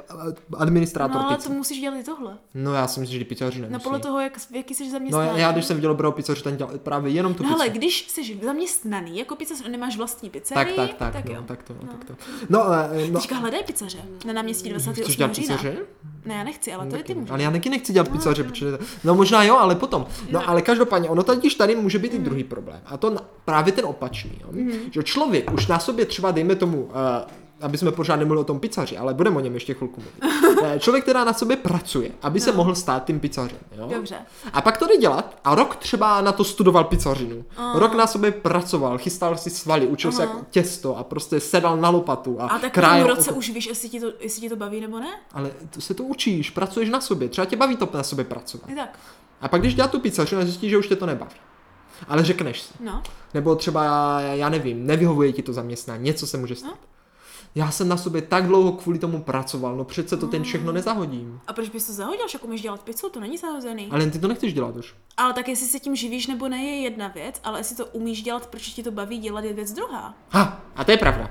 S1: administrátor
S2: No ale
S1: pizzy.
S2: to musíš dělat i tohle.
S1: No já si myslím, že pizzaři nemusí.
S2: No podle toho, jak, jaký jsi
S1: No
S2: zaměstnaný.
S1: já, já, když jsem viděl dobrého pizzaře, ten dělal právě jenom tu
S2: No ale
S1: pizzu.
S2: když jsi zaměstnaný jako pizza, nemáš vlastní pizzerii,
S1: Tak, tak, tak,
S2: tak
S1: no,
S2: jo.
S1: tak to, no. tak to. No, ale, no třeba...
S2: Teďka hledají pizzaře na náměstí
S1: Chceš
S2: 28.
S1: dělat
S2: října.
S1: pizzaře?
S2: no, Ne, já nechci, ale to je ty můžeš.
S1: Ale já taky nechci dělat pizzaře, protože... No možná jo, ale potom. No ale každopádně, ono totiž tady může
S2: Mm.
S1: být i druhý problém. A to na- právě ten opačný. Jo?
S2: Mm-hmm.
S1: Že člověk už na sobě třeba, dejme tomu, uh, aby jsme pořád nemluvili o tom pizzaři, ale budeme o něm ještě chvilku
S2: (laughs)
S1: mluvit. Eh, člověk teda na sobě pracuje, aby se mohl stát tím pizzařem. Jo?
S2: No. Dobře.
S1: A pak to jde dělat a rok třeba na to studoval pizzařinu. Rok na sobě pracoval, chystal si svaly, učil se jako těsto a prostě sedal na lopatu a,
S2: A tak v tom
S1: krájel
S2: roce
S1: oko-
S2: už víš, jestli ti, to, jestli ti to baví nebo ne?
S1: Ale to se to učíš, pracuješ na sobě, třeba tě baví to na sobě pracovat.
S2: I tak.
S1: A pak když dělá tu pizzařinu a zjistíš, že už tě to nebaví. Ale řekneš si.
S2: No.
S1: Nebo třeba, já nevím, nevyhovuje ti to zaměstnání, něco se může stát. Já jsem na sobě tak dlouho kvůli tomu pracoval, no přece to ten
S2: Mm.
S1: všechno nezahodím.
S2: A proč bys to zahodil, že umíš dělat pizzu, to není zahozený. Ale...
S1: Ale ty to nechceš dělat už.
S2: ale tak jestli se tím živíš nebo ne, je jedna věc, ale jestli to umíš dělat, proč ti to baví dělat, je věc druhá.
S1: Ha, a to je pravda.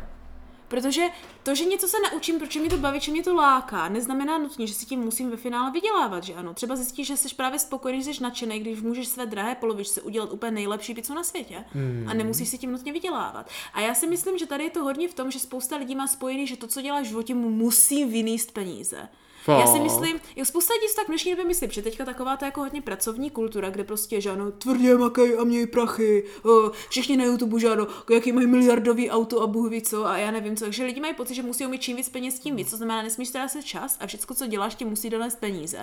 S2: Protože to, že něco se naučím, proč mě to baví, že mě to láká, neznamená nutně, že si tím musím ve finále vydělávat, že ano. Třeba zjistíš, že jsi právě spokojený, že jsi nadšený, když můžeš své drahé polovičce udělat úplně nejlepší pizzu na světě a nemusíš si tím nutně vydělávat. A já si myslím, že tady je to hodně v tom, že spousta lidí má spojený, že to, co dělá v životě, mu musí vyníst peníze. Já si
S1: Fakt.
S2: myslím, jo, spousta lidí si tak v dnešní době myslím, že teďka taková ta jako hodně pracovní kultura, kde prostě, že ano, tvrdě makej a měj prachy, o, všichni na YouTube, že ano, jaký mají miliardový auto a bůh ví co a já nevím co, takže lidi mají pocit, že musí mít čím víc peněz, tím víc, to znamená, nesmíš ztrácet čas a všechno, co děláš, ti musí donést peníze.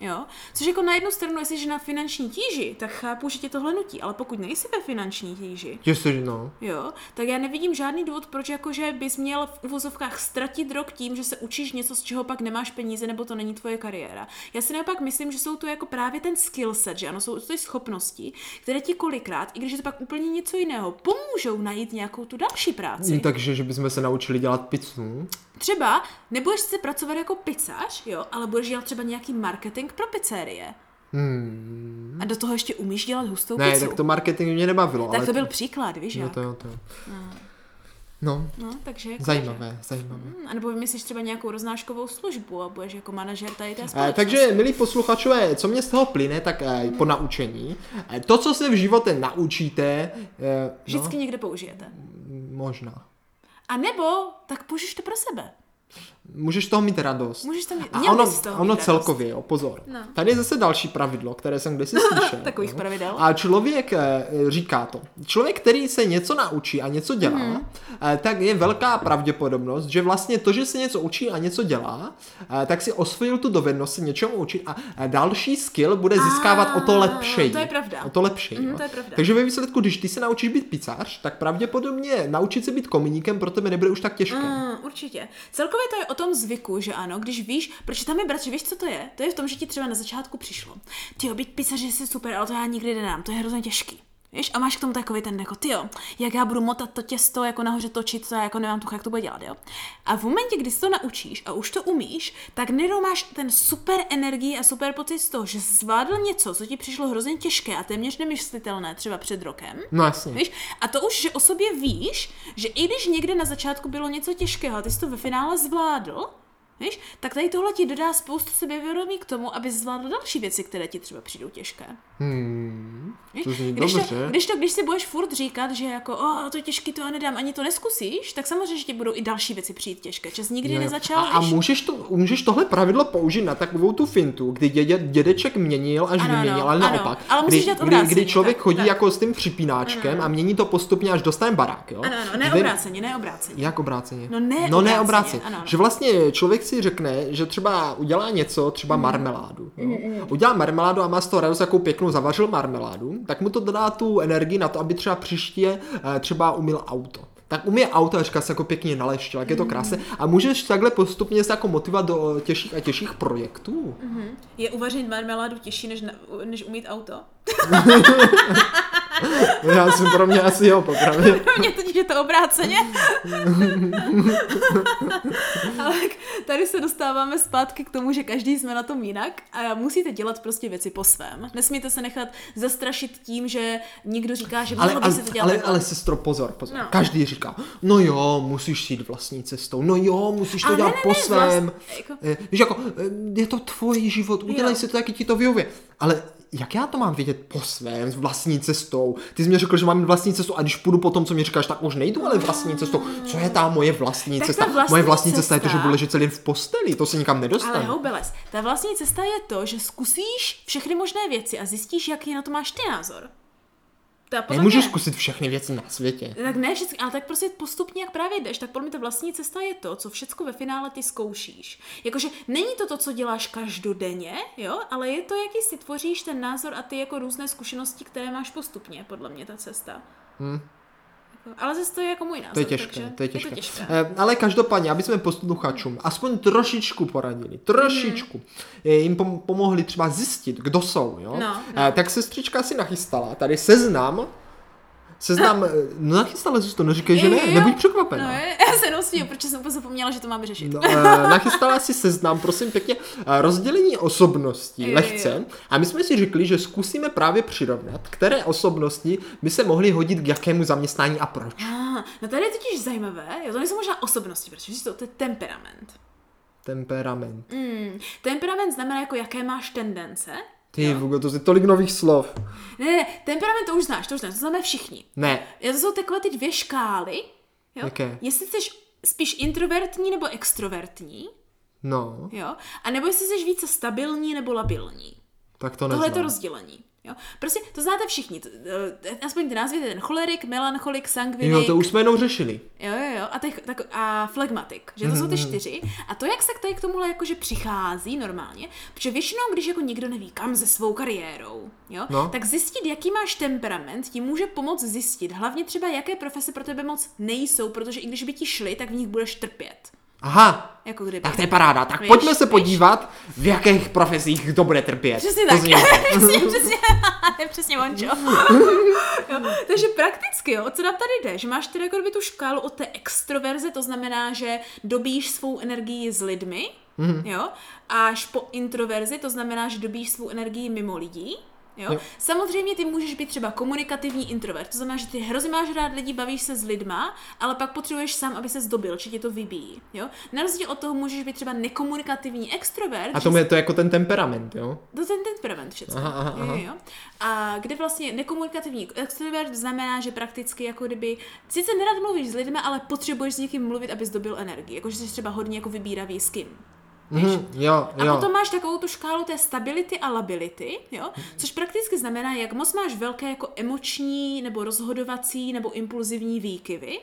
S2: Jo? Což jako na jednu stranu, jestli jsi na finanční tíži, tak chápu, že tě tohle nutí, ale pokud nejsi ve finanční tíži,
S1: Jestli, no.
S2: Jo, tak já nevidím žádný důvod, proč jakože bys měl v uvozovkách ztratit rok tím, že se učíš něco, z čeho pak nemáš peníze, nebo to není tvoje kariéra. Já si naopak myslím, že jsou to jako právě ten skill set, že ano, jsou to ty schopnosti, které ti kolikrát, i když je to pak úplně něco jiného, pomůžou najít nějakou tu další práci.
S1: Hm, Takže, že bychom se naučili dělat pizzu.
S2: Třeba nebudeš se pracovat jako pizzař, jo, ale budeš dělat třeba nějaký marketing pro pizzerie. Hmm. A do toho ještě umíš dělat hustou
S1: Hm, Ne,
S2: pizzu.
S1: tak to marketing mě nebavilo.
S2: tak
S1: ale
S2: to byl příklad, víš,
S1: No
S2: jak?
S1: to jo, to jo. No,
S2: No, takže jako-
S1: zajímavé, zajímavé.
S2: Hmm, A nebo vymyslíš třeba nějakou roznáškovou službu a budeš jako manažer tady té
S1: Eh,
S2: společnosti.
S1: takže, milí posluchačové, co mě z toho plyne, tak eh, po naučení. Eh, to, co se v životě naučíte, eh, no,
S2: Vždycky někde použijete.
S1: možná.
S2: A nebo tak použiješ to pro sebe.
S1: Můžeš toho mít radost.
S2: Můžeš tam mít-
S1: A
S2: měl
S1: ono,
S2: bys z toho mít
S1: ono
S2: radost.
S1: celkově, jo, pozor.
S2: No.
S1: Tady je zase další pravidlo, které jsem kdysi slyšel.
S2: (laughs) Takových
S1: jo.
S2: pravidel.
S1: A člověk eh, říká to. Člověk, který se něco naučí a něco dělá,
S2: Mhm.
S1: eh, tak je velká pravděpodobnost, že vlastně to, že se něco učí a něco dělá, eh, tak si osvojil tu dovednost se něčemu učit a eh, další skill bude získávat o to
S2: Ah,
S1: lepšeji.
S2: to je pravda.
S1: O to lepšeji.
S2: Mhm,
S1: jo.
S2: to je pravda.
S1: Takže ve výsledku, když ty se naučíš být pizzář, tak pravděpodobně naučit se být kominíkem pro tebe nebude už tak těžké.
S2: Mm, určitě. Celkově to je o tom zvyku, že ano, když víš, proč tam je bratře, víš, co to je? To je v tom, že ti třeba na začátku přišlo. Ty jo, být pizzař je si super, ale to já nikdy nedám, to je hrozně těžký. Víš, a máš k tomu takový ten jako, ty jo, jak já budu motat to těsto, jako nahoře točit, to já jako nemám tucha, jak to bude dělat, jo. A v momentě, kdy si to naučíš a už to umíš, tak najednou máš ten super energii a super pocit z toho, že jsi zvládl něco, co ti přišlo hrozně těžké a téměř nemyslitelné třeba před rokem.
S1: No jasně.
S2: Víš? A to už, že o sobě víš, že i když někde na začátku bylo něco těžkého, a ty jsi to ve finále zvládl, víš, tak tady tohle ti dodá spoustu sebevědomí k tomu, aby zvládl další věci, které ti třeba přijdou těžké.
S1: Hmm,
S2: Víš?
S1: to zní
S2: Když,
S1: dobře.
S2: to, když to, když si budeš furt říkat, že jako, o, to je těžký, to já nedám, ani to neskusíš, tak samozřejmě, že ti budou i další věci přijít těžké. Čas nikdy
S1: Jo, jo.
S2: nezačal.
S1: A, a
S2: víš?
S1: můžeš, to, můžeš tohle pravidlo použít na takovou tu fintu, kdy dědě, dědeček měnil až
S2: Ano,
S1: vyměnil,
S2: ano,
S1: ale
S2: ano.
S1: naopak.
S2: Ale musíš
S1: kdy,
S2: dělat
S1: kdy, kdy
S2: obráceně,
S1: člověk
S2: tak,
S1: chodí
S2: tak.
S1: jako s tím připínáčkem a mění to postupně, až dostane barák. Jo?
S2: Ano,
S1: Kdy-
S2: ano, ne obráceně, ne obráceně.
S1: Jak obráceně?
S2: No ne
S1: no, ne
S2: obráceně,
S1: obráceně.
S2: ano, ano.
S1: Že vlastně člověk si řekne, že třeba udělá něco,
S2: Mhm.
S1: třeba marmeládu. Jo? Udělá marmeládu a má z toho radost, jakou pěknou zavařil marmeládu, tak mu to dodá tu energii na to, aby třeba příště eh, třeba umil auto. Tak umí auto a říká se jako pěkně naleštil, jak je
S2: Mhm.
S1: to krásné. A můžeš takhle postupně se jako motivovat do těžších a těžších projektů.
S2: Mhm. Je uvařit marmeládu těžší, než, na, než umít auto?
S1: Já jsem pro mě asi jo,
S2: (laughs)
S1: popravdě.
S2: Mně totiž je
S1: (laughs)
S2: to obráceně. Ale k- tady se dostáváme zpátky k tomu, že každý jsme na tom jinak a musíte dělat prostě věci po svém. Nesmíte se nechat zastrašit tím, že někdo říká, že
S1: Ale,
S2: mělo by
S1: ale,
S2: se to dělat.
S1: ale,
S2: takhle.
S1: ale sestro, pozor, pozor.
S2: No.
S1: Každý říká, no jo, musíš jít vlastní cestou, no jo, musíš to
S2: Ale ne,
S1: dělat
S2: ne,
S1: po
S2: ne,
S1: svém.
S2: vlast- jako-
S1: Eh, Víš, jako, eh, je to tvůj život, udělej
S2: Jo.
S1: si to, jak ti to vyhově. Ale jak já to mám vědět po svém, s vlastní cestou? Ty jsi mi řekl, že mám vlastní cestu a když půjdu po tom, co mi říkáš, tak už nejdu ale vlastní cestou. Co je ta moje vlastní
S2: Tak ta
S1: cesta?
S2: vlastní
S1: moje vlastní cesta, je to, že
S2: cesta-
S1: budu ležet celý den v posteli, to se nikam nedostane.
S2: Ale houbeles, ta vlastní cesta je to, že zkusíš všechny možné věci a zjistíš, jaký na to máš ty názor. To já podle
S1: Nemůžu
S2: mě-
S1: zkusit všechny věci na světě.
S2: Tak ne všechny, ale tak prostě postupně, jak právě jdeš, tak podle mě ta vlastní cesta je to, co všechno ve finále ty zkoušíš. Jakože není to to, co děláš každodenně, jo, ale je to, jaký si tvoříš ten názor a ty jako různé zkušenosti, které máš postupně, podle mě ta cesta. Hmm. Ale zase to je jako můj názor.
S1: Hm. To je těžké,
S2: takže
S1: to je těžké.
S2: Je to
S1: (laughs)
S2: těžké.
S1: Eh, ale každopádně, aby jsme posluchačům aspoň trošičku poradili, trošičku,
S2: Mhm.
S1: eh, jim pom- pomohli třeba zjistit, kdo jsou, jo?
S2: No,
S1: Eh, tak sestřička si nachystala tady seznam,
S2: (laughs)
S1: seznam, eh, no nachystala jsi to, neříkej, že
S2: Jo,
S1: ne,
S2: jo, jo.
S1: nebuď překvapená.
S2: No, je- já se jenom svím, protože jsem úplně zapomněla, že to máme řešit.
S1: No, eh, nachystala si seznam, prosím pěkně, eh, rozdělení osobností
S2: Jo, jo, jo.
S1: lehce. A my jsme si řekli, že zkusíme právě přirovnat, které osobnosti by se mohly hodit k jakému zaměstnání a proč.
S2: Ah, no tady je totiž zajímavé, jo, to nejsou možná osobnosti, protože to, to je temperament.
S1: Temperament.
S2: Mm, temperament znamená jako jaké máš tendence.
S1: Ty, Vugo, to je tolik nových slov.
S2: Ne, ne, ne, temperament to už znáš, to už znáš, to známe všichni.
S1: Ne,
S2: Jo, To jsou takové ty dvě škály, jo?
S1: Jaké?
S2: Jestli jsi spíš introvertní nebo extrovertní,
S1: no,
S2: jo? A nebo jestli jsi více stabilní nebo labilní.
S1: tak to
S2: Tohle je to
S1: neznám.
S2: rozdělení. Jo? Prostě to znáte všichni, to, eh, aspoň ty názvy, ten cholerik, melancholik, sangvinik,
S1: Jo, to už jsme jednou řešili.
S2: Jo, jo, jo. A, těch, tak, a flegmatik, že to jsou
S1: Mhm,
S2: ty čtyři. A to, jak se k tady k tomuhle jakože přichází normálně, protože většinou, když jako nikdo neví kam se svou kariérou, jo,
S1: No.
S2: no. tak zjistit, jaký máš temperament, ti může pomoct zjistit, hlavně třeba, jaké profese pro tebe moc nejsou, protože i když by ti šly, tak v nich budeš trpět.
S1: Aha,
S2: Jako kdyby.
S1: tak to je paráda. Tak
S2: Víš,
S1: pojďme se
S2: víš.
S1: podívat, v jakých profesích kdo bude trpět.
S2: Přesně
S1: To
S2: tak.
S1: zní dobře.
S2: (laughs) přesně, přesně, ne, přesně Mončo. jo,
S1: Mhm.
S2: (laughs) takže prakticky, jo, o co nám tady jde, že máš tedy jako kdyby tu škálu od té extroverze, to znamená, že dobíš svou energii s lidmi,
S1: Mhm.
S2: jo, až po introverzi, to znamená, že dobíš svou energii mimo lidí, Jo?
S1: Jo.
S2: jo. Samozřejmě ty můžeš být třeba komunikativní introvert, to znamená, že ty hrozně máš rád lidi, bavíš se s lidma, ale pak potřebuješ sám, aby se zdobil, či tě to vybíjí. Jo? Na rozdíl od toho můžeš být třeba nekomunikativní extrovert,
S1: A
S2: že
S1: tomu je to jako ten temperament, jo?
S2: to ten temperament všechno.
S1: Aha, aha, aha.
S2: Jo, jo. A kde vlastně nekomunikativní extrovert znamená, že prakticky jako kdyby, sice nerad mluvíš s lidmi, ale potřebuješ s někým mluvit, abys dobil energii. Jakože jsi třeba hodně jako vybíravý s kým.
S1: Mhm, jo,
S2: A
S1: jo.
S2: potom máš takovou tu škálu té stability a lability, jo? což prakticky znamená, jak moc máš velké jako emoční nebo rozhodovací nebo impulzivní výkyvy.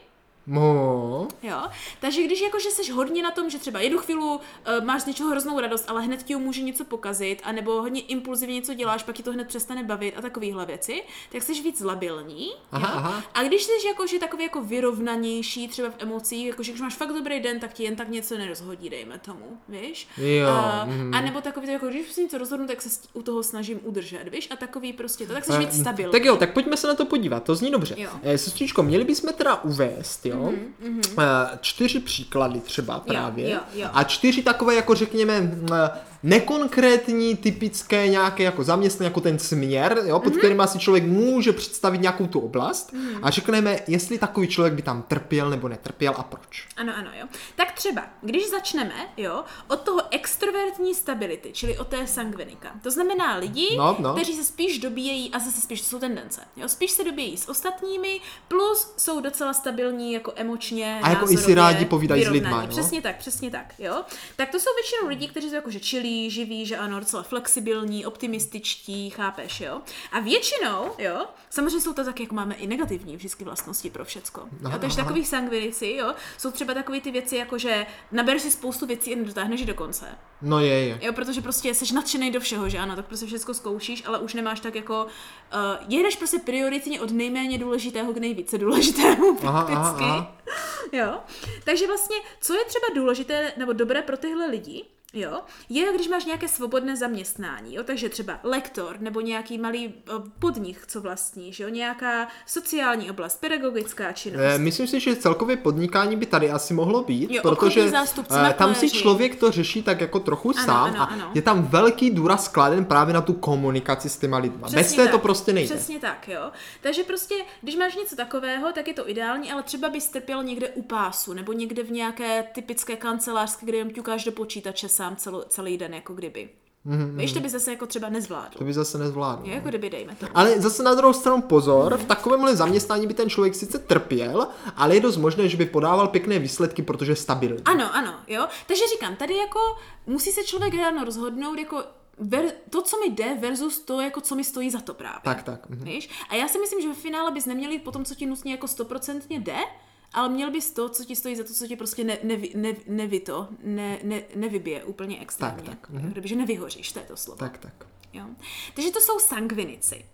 S1: Mo.
S2: Jo? Takže když jakože seš hodně na tom, že třeba jednu chvíli uh, máš z něčeho hroznou radost, ale hned ti ho může něco pokazit, anebo hodně impulzivně něco děláš, pak ti to hned přestane bavit a takovéhle věci, tak jsi víc labilní.
S1: Aha,
S2: jo?
S1: aha.
S2: A když jsi jakože takový jako vyrovnanější třeba v emocích, jakože když máš fakt dobrý den, tak ti jen tak něco nerozhodí, dejme tomu, víš?
S1: Jo,
S2: A,
S1: mhm.
S2: a nebo takový, to jako když si něco rozhodnu, tak se s- u toho snažím udržet, víš? A takový prostě to, tak jsi
S1: Eh,
S2: víc stabilní.
S1: Tak jo, tak pojďme se na to podívat, to zní dobře.
S2: Jo. Mhm,
S1: Eh, Sestřičko, měli bychom teda uvést, jo, eh, čtyři příklady třeba právě.
S2: jo, jo.
S1: A čtyři takové, jako řekněme, mm, eh, nekonkrétní, typické nějaké jako zaměstnání, jako ten směr, jo,
S2: Mhm.
S1: pod kterým si člověk může představit nějakou tu oblast a řekneme, jestli takový člověk by tam trpěl nebo netrpěl a proč.
S2: Ano, ano, jo. Tak třeba, když začneme, jo, od toho extrovertní stability, čili od té sangvinika. To znamená lidi,
S1: No, no.
S2: kteří se spíš dobíjejí, a zase spíš to jsou tendence, jo, spíš se dobíjejí s ostatními, plus jsou docela stabilní jako emočně.
S1: A jako i si
S2: názorově,
S1: rádi povídají s
S2: vyrovnaní.
S1: lidma, jo?
S2: Přesně tak, přesně tak, jo. Tak to jsou většinou lidi, kteří jsou jakože čilí, živí, že ano, docela flexibilní, optimističtí, chápeš, jo. A většinou, jo, samozřejmě jsou to tak, jak máme i negativní vždycky vlastnosti pro všecko.
S1: Aha, aha.
S2: Jo, takže takový takový sangvinici, jo, jsou třeba takové ty věci, jako že nabereš si spoustu věcí a nedotáhneš je do konce.
S1: No je, je.
S2: Jo, protože prostě jsi nadšený do všeho, že ano, tak prostě všechno zkoušíš, ale už nemáš tak jako. Uh, jedeš prostě prioritně od nejméně důležitého k nejvíce důležitému
S1: Aha, aha,
S2: prakticky. Aha,
S1: aha.
S2: (laughs) Jo. Takže vlastně, co je třeba důležité nebo dobré pro tyhle lidi, jo, je, když máš nějaké svobodné zaměstnání, jo, takže třeba lektor nebo nějaký malý eh, podnik, co vlastníš, jo, nějaká sociální oblast, pedagogická činnost.
S1: Eh, Myslím si, že celkově podnikání by tady asi mohlo být,
S2: Jo,
S1: protože
S2: obchodní zástupci,
S1: eh, tam si
S2: makléři.
S1: člověk to řeší tak jako trochu
S2: Ano,
S1: sám
S2: ano,
S1: a
S2: ano.
S1: je tam velký důraz skladen právě na tu komunikaci s těma lidma. Bez té to prostě nejde.
S2: Přesně tak, jo. Takže prostě, když máš něco takového, tak je to ideální, ale třeba bys trpěl někde u pásu, nebo někde v nějaké typické kancelářské, kde jen ťukáš do počítače sám celo, celý den, jako kdyby. Mm-hmm. Víš, to by zase jako třeba nezvládl.
S1: Mhm, To by zase nezvládl.
S2: Je, Mhm. jako kdyby, dejme to.
S1: Ale zase na druhou stranu pozor, v takovémhle zaměstnání by ten člověk sice trpěl, ale je dost možné, že by podával pěkné výsledky, protože je stabilní.
S2: Ano, ano, jo. Takže říkám, tady jako musí se člověk ráno rozhodnout, jako ver, to, co mi jde, versus to, jako co mi stojí za to právě.
S1: Tak, tak. mhm.
S2: Víš? A já si myslím, že ve finále bys neměl jít po tom, co ti nutně jako stoprocentně jde, ale měl bys to, co ti stojí za to, co ti prostě ne, ne, ne, nevy to, ne, ne, nevybije úplně extrémně.
S1: tak,
S2: Jo,
S1: mhm.
S2: Kdybyže nevyhoříš, to je to slovo.
S1: Tak, tak.
S2: Jo. Takže to jsou sangvinici.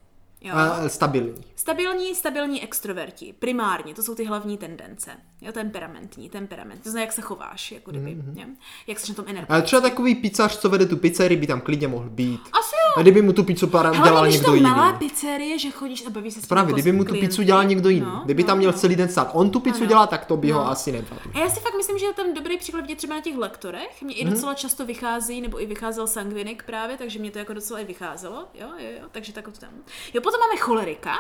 S2: Jo.
S1: A stabilní.
S2: Stabilní, stabilní extroverti, primárně, to jsou ty hlavní tendence. Jo, temperamentní, temperament, to znamená, jak se chováš, jako kdyby,
S1: Mhm,
S2: mm-hmm. jo? jak jsi na tom
S1: Ale
S2: energie.
S1: třeba takový pizzař, co vede tu pizzerii, by tam klidně mohl být.
S2: Asi jo,
S1: A kdyby mu tu pizzu para dělal
S2: ale když
S1: někdo
S2: to
S1: jiný.
S2: malá pizzerie, že chodíš a bavíš se s tím
S1: Právě,
S2: jako s
S1: kdyby mu tu
S2: klienty.
S1: pizzu dělal někdo jiný.
S2: No,
S1: Kdyby
S2: no,
S1: tam měl
S2: no.
S1: celý den stát. On tu pizzu
S2: Ano.
S1: dělá, tak to by ho
S2: No.
S1: asi nebavilo.
S2: A já si fakt myslím, že tam dobrý příklad vidět třeba na těch lektorech. Mně i
S1: Mhm.
S2: docela často vychází, nebo i vycházel sangvinik právě, takže mě to jako docela i vycházelo. Jo, jo, jo, takže tak to tam. Jo, potom máme cholerika.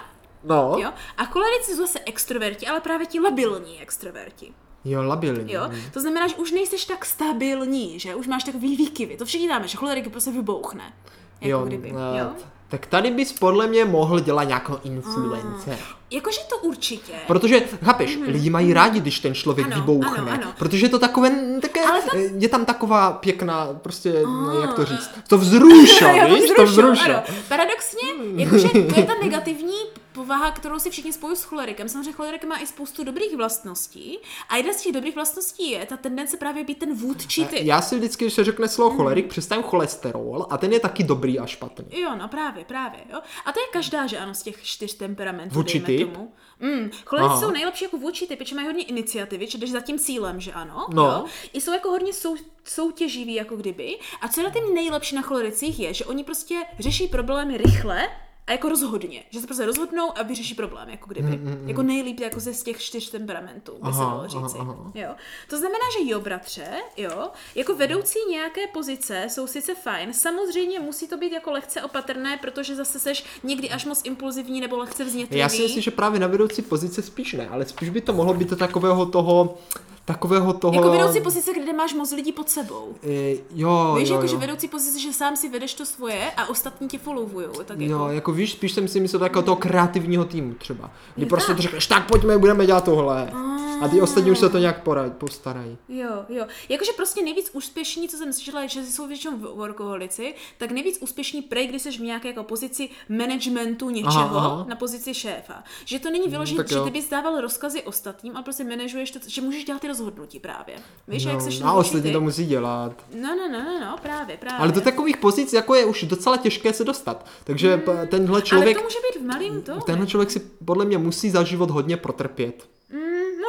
S1: No,
S2: Jo, a cholerici jsou zase extroverti, ale právě ti labilní extroverti.
S1: jo labilní.
S2: Jo? To znamená, že už nejseš tak stabilní, že už máš takový výkyvy. To všichni dáme, že cholerik prostě vybouchne. Jako
S1: Jo,
S2: kdyby.
S1: eh,
S2: Jo?
S1: Tak tady bys podle mě mohl dělat nějakého influence.
S2: Jakože to určitě.
S1: Protože, chápeš, lidi mají rádi, když ten člověk
S2: Mhm. Ano,
S1: vybouchne.
S2: ano, ano.
S1: Protože je to takové, také,
S2: Ale to-
S1: eh, je tam taková pěkná, prostě, no, jak to říct, to vzrušo,
S2: (laughs) Jo,
S1: víš, to Hmm. vzrušo.
S2: ano. Paradoxně, jakože to je ta negativní povaha, kterou si všichni spojí s cholerikem. Samozřejmě cholerik má i spoustu dobrých vlastností a jedna z těch dobrých vlastností je ta tendence právě být ten vůdčí typ.
S1: Já si vždycky, když se řekne slovo
S2: Mhm.
S1: cholerik, představím cholesterol a ten je taky dobrý a špatný.
S2: Jo, no právě, právě, jo. A to je každá, že ano, z těch čtyř temperamentů,
S1: Vůči
S2: dejme
S1: typ?
S2: tomu. Mm, cholerici
S1: Aha.
S2: jsou nejlepší jako vůči typy, že mají hodně iniciativy, že jdeš za tím cílem, že ano,
S1: No.
S2: jo. I jsou jako hodně sou, soutěživí, jako kdyby. A co je na tím nejlepší na cholericích je, že oni prostě řeší problémy rychle, a jako rozhodně, že se prostě rozhodnou a vyřeší problém, jako kdyby. Mm, Jako nejlíp jako ze z těch čtyř temperamentů, by se
S1: Aha,
S2: dalo říci.
S1: aha, aha.
S2: Jo. To znamená, že jo, bratře, jo, jako
S1: No.
S2: vedoucí nějaké pozice jsou sice fajn, samozřejmě musí to být jako lehce opatrné, protože zase seš někdy až moc impulzivní nebo lehce vznětlivý.
S1: Já si myslím, že právě na vedoucí pozice spíš ne, ale spíš by to mohlo být do takového toho, takového toho...
S2: Jako vedoucí pozice, kde máš moc lidí pod sebou.
S1: Eh, jo,
S2: Víš,
S1: jo,
S2: jako,
S1: jo.
S2: že vedoucí pozice, že sám si vedeš to svoje a ostatní tě followujou, tak jako.
S1: Jo, jako víš, spíš jsem si myslel takového toho kreativního týmu třeba. Kdy
S2: Jo,
S1: prostě
S2: tak.
S1: to řekneš, tak pojďme, budeme dělat tohle. A ty ostatní už se to nějak porad, postarají.
S2: Jo, jo. Jakože prostě nejvíc úspěšní, co jsem slyšela, je, že jsou většinou v- workoholici, tak nejvíc úspěšní prej, když jsi v nějaké jako pozici managementu něčeho aha,
S1: aha. Mm,
S2: aha. na pozici šéfa. Že to není vyložené,
S1: tak
S2: že
S1: jo.
S2: ty bys dával rozkazy ostatním, ale prostě manažuješ to, že můžeš dělat ty rozhodnutí právě. Víš,
S1: No,
S2: jak seš
S1: a
S2: ten
S1: ostatní to
S2: určitý-
S1: musí dělat.
S2: No, no, no, no, no, právě, právě.
S1: Ale do takových pozic, jako je už docela těžké se dostat. Takže p- tenhle člověk,
S2: Mm. Ale to může být v malým to.
S1: tenhle člověk si podle mě musí za život hodně protrpět.
S2: Mm,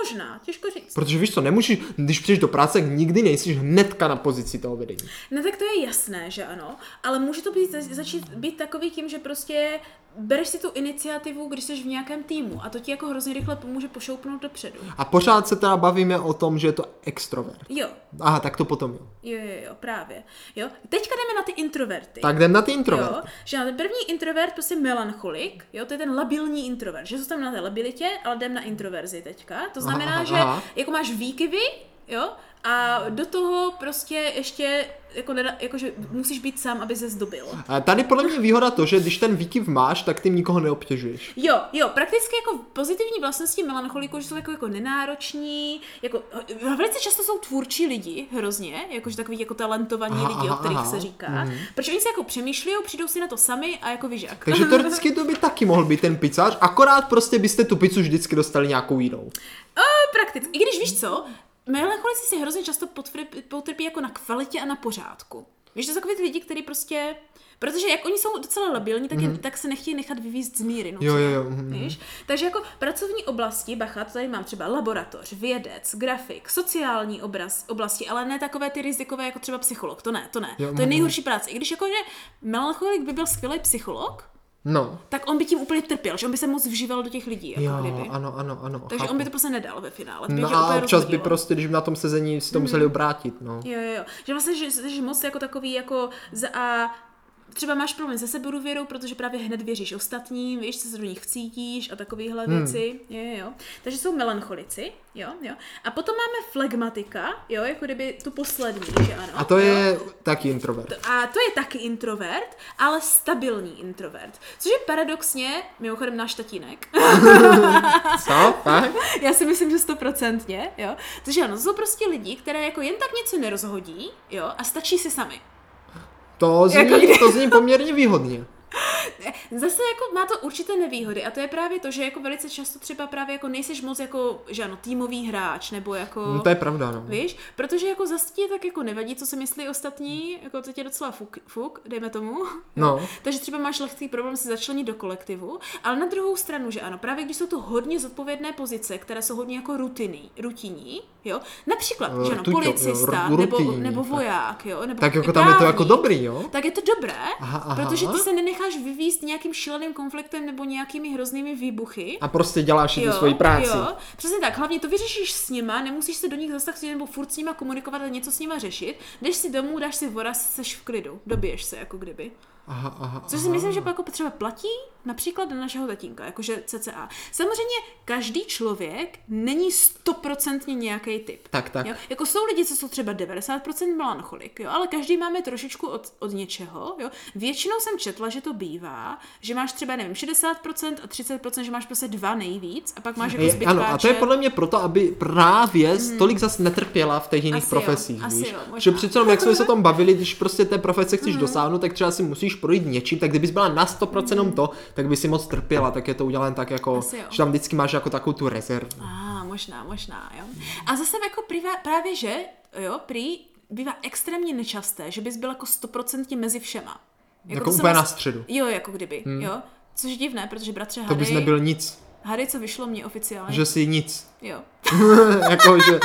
S2: možná, těžko říct.
S1: Protože víš co, nemůžeš, když přijdeš do práce, nikdy nejsi hnedka na pozici toho vedení.
S2: No tak to je jasné, že ano, ale může to být, začít být takový tím, že prostě bereš si tu iniciativu, když jsi v nějakém týmu a to ti jako hrozně rychle pomůže pošoupnout dopředu.
S1: A pořád se teda bavíme o tom, že je to extrovert.
S2: Jo,
S1: Aha, tak to potom jo.
S2: jo, jo, jo, právě. Jo, teďka jdeme na ty introverty.
S1: Tak jdem na ty introvert.
S2: Jo, že na ten první introvert prostě melancholik, jo, to je ten labilní introvert, že zůstane na té labilitě, ale jdem na introverzi teďka. To znamená,
S1: aha,
S2: že
S1: aha.
S2: jako máš výkyvy, jo, a do toho prostě ještě jako, neda, jako že musíš být sám, aby se zdobil.
S1: A tady podle mě je výhoda to, že když ten výkyv máš, tak tím nikoho neobtěžuješ.
S2: Jo, jo, prakticky jako pozitivní vlastnosti melancholiků, že jsou jako, jako nenároční, jako eh, velice často jsou tvůrčí lidi, hrozně, jakože takový jako talentovaní
S1: Aha,
S2: lidi,
S1: aha,
S2: o kterých
S1: aha. Mhm.
S2: se říká. Mm. Protože oni se jako přemýšlí, přijdou si na to sami a jako vyžak.
S1: Takže teoreticky to by taky mohl být ten pizzař, akorát prostě byste tu pizzu vždycky dostali nějakou jinou.
S2: (laughs) prakticky. I když víš co, melancholici si hrozně často potrpí, potrpí jako na kvalitě a na pořádku. Víš, to jsou takový ty lidi, kteří prostě, protože jak oni jsou docela labilní, tak, mm-hmm. tak se nechtějí nechat vyvízt z míry. no, nutně.
S1: Mhm. Jo, jo, jo, mhm.
S2: Víš? Takže jako pracovní oblasti, bacha, to tady mám třeba laboratoř, vědec, grafik, sociální obraz, oblasti, ale ne takové ty rizikové jako třeba psycholog, to ne, to ne.
S1: Jo,
S2: to je
S1: mhm.
S2: nejhorší práce. I když jako, že melancholik by byl skvělý psycholog,
S1: No.
S2: tak on by tím úplně trpěl, že on by se moc vžíval do těch lidí, jako
S1: Jo,
S2: kdyby.
S1: ano, ano, ano.
S2: Takže
S1: chápu.
S2: on by to prostě nedal ve finále. to by
S1: No
S2: tě
S1: a
S2: úplně Mhm.
S1: občas by
S2: rozhodilo.
S1: prostě, když na tom sezení si to museli obrátit, no.
S2: Jo, jo, jo. Že vlastně, že, že moc jako takový jako za a třeba máš problém se sebeduvěrou, protože právě hned věříš ostatním, víš, co se do nich vcítíš a takovéhle hmm. věci. Jo, jo, jo. Takže jsou melancholici, jo, jo. A potom máme flegmatika, jo, jako kdyby tu poslední, že ano.
S1: A to
S2: jo.
S1: je taky introvert.
S2: To- A to je taky introvert, ale stabilní introvert. Což je paradoxně, mimochodem náš tatínek. (laughs)
S1: Co? Fakt?
S2: Já si myslím, že stoprocentně, jo. Takže ano, to jsou prostě lidi, které jako jen tak něco nerozhodí, jo, a stačí si sami.
S1: To zní,
S2: Jako kdy-
S1: to zní poměrně výhodně.
S2: Zase jako má to určité nevýhody a to je právě to, že jako velice často třeba právě jako nejseš moc jako, že ano, týmový hráč nebo jako...
S1: No to je pravda, no.
S2: Víš, protože jako zase ti tak jako nevadí, co si myslí ostatní, jako to tě docela fuk, fuk dejme tomu.
S1: No.
S2: (laughs) Takže třeba máš lehký problém se začlenit do kolektivu, ale na druhou stranu, že ano, právě když jsou to hodně zodpovědné pozice, které jsou hodně jako rutiny, rutinní, jo, například,
S1: Eh,
S2: že ano,
S1: tuďo, jo,
S2: policista,
S1: ru-
S2: nebo,
S1: rutinní,
S2: nebo
S1: tak.
S2: voják, jo, nebo
S1: Tak jako tam je to jako
S2: právník,
S1: dobrý, jo?
S2: tak je to dobré,
S1: Aha, aha.
S2: protože ty se nenecháš vyvíst nějakým šíleným konfliktem nebo nějakými hroznými výbuchy.
S1: A prostě děláš si tu svoji práci.
S2: Jo, přesně tak. Hlavně to vyřešíš s nima, nemusíš se do nich zastat nebo furt s nima komunikovat a něco s nima řešit. Jdeš si domů, dáš si voraz, seš v klidu, dobiješ se, jako kdyby.
S1: Aha, aha,
S2: Což si
S1: aha.
S2: myslím, že pak jako třeba platí například na našeho tatínka, jakože CCA. Samozřejmě každý člověk není stoprocentně nějaký typ.
S1: Tak, tak.
S2: Jo? Jako jsou lidi, co jsou třeba 90% melancholik, jo? ale každý máme trošičku od, od něčeho. Jo? Většinou jsem četla, že to bývá, že máš třeba, nevím, 60% a 30%, že máš prostě dva nejvíc a pak máš jako
S1: Je,
S2: zbytkáče.
S1: ano, a to je podle mě proto, aby právě hmm. tolik zas netrpěla v těch jiných
S2: Asi jo,
S1: profesích.
S2: asi
S1: víš?
S2: jo, možná. Hmm.
S1: že přece jenom, jak jsme se o
S2: (laughs)
S1: tom bavili, když prostě té profese chceš dosáhnout, tak třeba si musíš projít něčím, tak kdybys byla na 100% jenom to, tak by si moc trpěla, tak je to udělané tak jako,
S2: Hmm. Asi jo.
S1: že tam vždycky máš jako takovou tu rezervu.
S2: A, možná, možná, jo. A zase jako privá, právě, že, jo, prý bývá extrémně nečasté, že bys byl jako stoprocentně mezi všema.
S1: Jako
S2: to jsem
S1: úplně na
S2: asi-
S1: středu.
S2: Jo, jako kdyby, hmm. jo. Což je divné, protože bratře
S1: To bys
S2: Harry,
S1: nebyl nic,
S2: Harry, co vyšlo mě oficiálně,
S1: že jsi nic. (laughs)
S2: jo.
S1: jako, že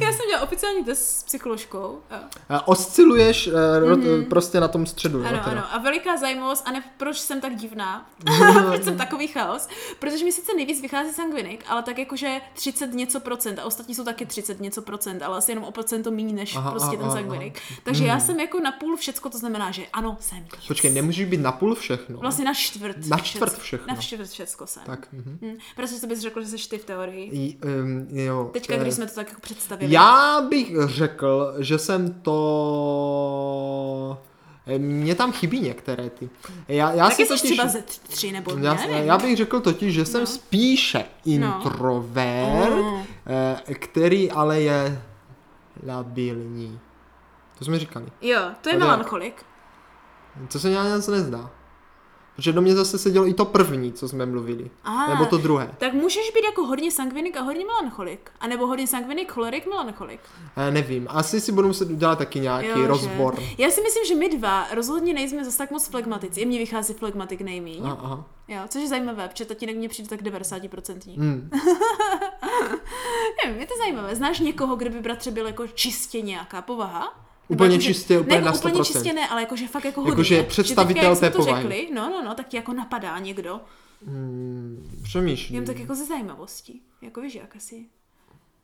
S2: Já jsem měla oficiální test s psycholožkou, jo.
S1: eh, osciluješ eh, rot- prostě na tom středu. jo,
S2: Mhm. Ano,
S1: teda. No,
S2: ano. A veliká zajímavost, a ne proč jsem tak divná, (laughs) proč jsem takový chaos. Protože mi sice nejvíc vychází sangvinik, ale tak jakože 30 něco procent, a ostatní jsou taky 30 něco procent, ale asi jenom o procento méně než
S1: Aha,
S2: aha, prostě ten
S1: aha, Hmm.
S2: sangvinik. Takže já jsem jako na půl všecko, to znamená, že ano, jsem. nic.
S1: Počkej, nemůžeš být na půl všechno.
S2: Vlastně na čtvrt.
S1: Na čtvrt
S2: všecko-
S1: všechno.
S2: Na čtvrt všecko jsem. Tak.
S1: Tak, mhm.
S2: Hm, protože to bys řekl, že jsi ty v teorii.
S1: J- ehm, jo,
S2: Teďka,
S1: eh,
S2: když jsme to tak jako představili.
S1: Já bych řekl, že jsem to... Mně tam chybí některé ty. Já, já
S2: tak jsi
S1: si totiž...
S2: třeba ze tř- tři nebo
S1: já,
S2: nevím.
S1: já bych řekl totiž, že jsem
S2: No.
S1: spíše introvert,
S2: Mm.
S1: eh, který ale je labilní. To jsme říkali.
S2: Jo, to je
S1: To jde-
S2: melancholik.
S1: To se nějak moc nezdá. Protože do mě zase sedělo i to první, co jsme mluvili.
S2: Ah.
S1: Nebo to druhé.
S2: Tak můžeš být jako hodně sangvinik a hodně melancholik. A nebo hodně sangvinik, cholerik, melancholik.
S1: Eh, nevím, asi si budu muset udělat taky nějaký
S2: že?
S1: rozbor.
S2: Já si myslím, že my dva rozhodně nejsme zase tak moc flegmatici. I mně vychází flegmatik nejmíň.
S1: Aha, aha.
S2: Jo, což je zajímavé, protože tatínek mně přijde tak 90%.
S1: Hmm.
S2: (laughs) Nevím, je to zajímavé. Znáš někoho, kde by bratře byl jako čistě nějaká povaha? Nebo
S1: Úplně
S2: jako, že-
S1: čistě, úplně
S2: ne, jako
S1: na
S2: úplně
S1: 100%.
S2: čistě ne, ale jakože fakt jako
S1: Jako,
S2: hodně.
S1: že je
S2: Že teďka,
S1: představitel
S2: jak jsme
S1: té
S2: to
S1: povahy.
S2: řekli, no, no, no, tak tě jako napadá někdo.
S1: Hmm, přemýšlím.
S2: Jen tak jako ze zajímavosti. Jako víš, jak asi.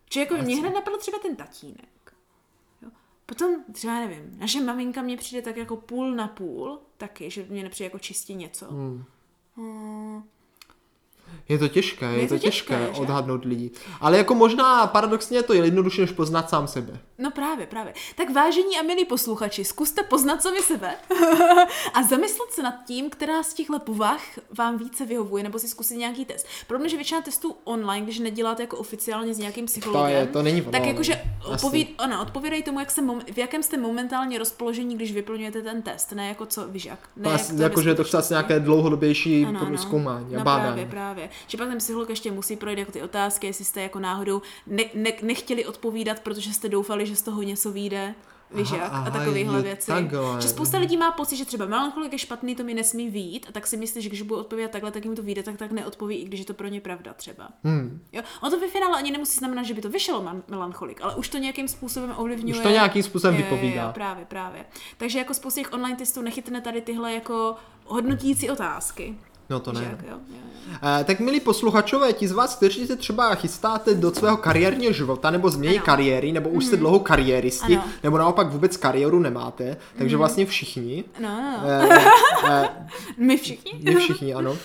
S2: Či jako mě hned napadl třeba ten tatínek. Jo. Potom třeba nevím, naše maminka mě přijde tak jako půl na půl taky, že mě nepřijde jako čistě něco. Hmm.
S1: Je to těžké, je,
S2: Je
S1: to
S2: to
S1: těžké,
S2: těžké, že?
S1: odhadnout lidi. Ale jako možná paradoxně je to jednodušší, než poznat sám sebe.
S2: No právě, právě. Tak vážení a milí posluchači, zkuste poznat sami sebe (laughs) a zamyslet se nad tím, která z těchto povah vám více vyhovuje, nebo si zkusit nějaký test. Problém, že většina testů online, když neděláte jako oficiálně s nějakým psychologem,
S1: to není
S2: tak
S1: ono,
S2: jakože
S1: asi.
S2: odpovíd, ano, odpovídají tomu, jak se mom- v jakém jste momentálně rozpoložení, když vyplňujete ten test, ne jako co, víš jak. Ne,
S1: To
S2: jak
S1: asi, jako,
S2: ve
S1: že je to chce asi
S2: skutečnosti.
S1: nějaké dlouhodobější
S2: Ano,
S1: pro-
S2: ano.
S1: zkoumání a
S2: no,
S1: bádání.
S2: Právě, právě. Že pak ten psycholog ještě musí projít jako ty otázky, jestli jste jako náhodou ne, ne, nechtěli odpovídat, protože jste doufali, že z toho něco vyjde. Víš
S1: Aha,
S2: jak?
S1: aha,
S2: A takovéhle
S1: jo,
S2: věci.
S1: takhle.
S2: Že spousta lidí má pocit, že třeba melancholik je špatný, to mi nesmí výjít, a tak si myslí, že když budu odpovídat takhle, tak jim to vyjde, tak tak neodpoví, i když je to pro ně pravda třeba.
S1: Hmm.
S2: Jo? Ono to ve finále ani nemusí znamenat, že by to vyšlo man- melancholik, ale už to nějakým způsobem ovlivňuje.
S1: Už to nějakým způsobem
S2: Jo, jo,
S1: vypovídá.
S2: Jo, jo, právě, právě. Takže jako spousta těch online testů nechytne tady tyhle jako hodnotící otázky.
S1: No to
S2: Že
S1: ne.
S2: jak, jo? Jo, jo.
S1: Eh, Tak milí posluchačové, ti z vás, kteří se třeba chystáte do svého kariérního života, nebo změní
S2: Ano. Mhm.
S1: kariéry, nebo už jste dlouho kariéristi,
S2: Ano. Mhm.
S1: nebo naopak vůbec kariéru nemáte, takže vlastně všichni,
S2: No, no, no.
S1: eh, eh,
S2: (laughs) My všichni?
S1: my všichni, ano,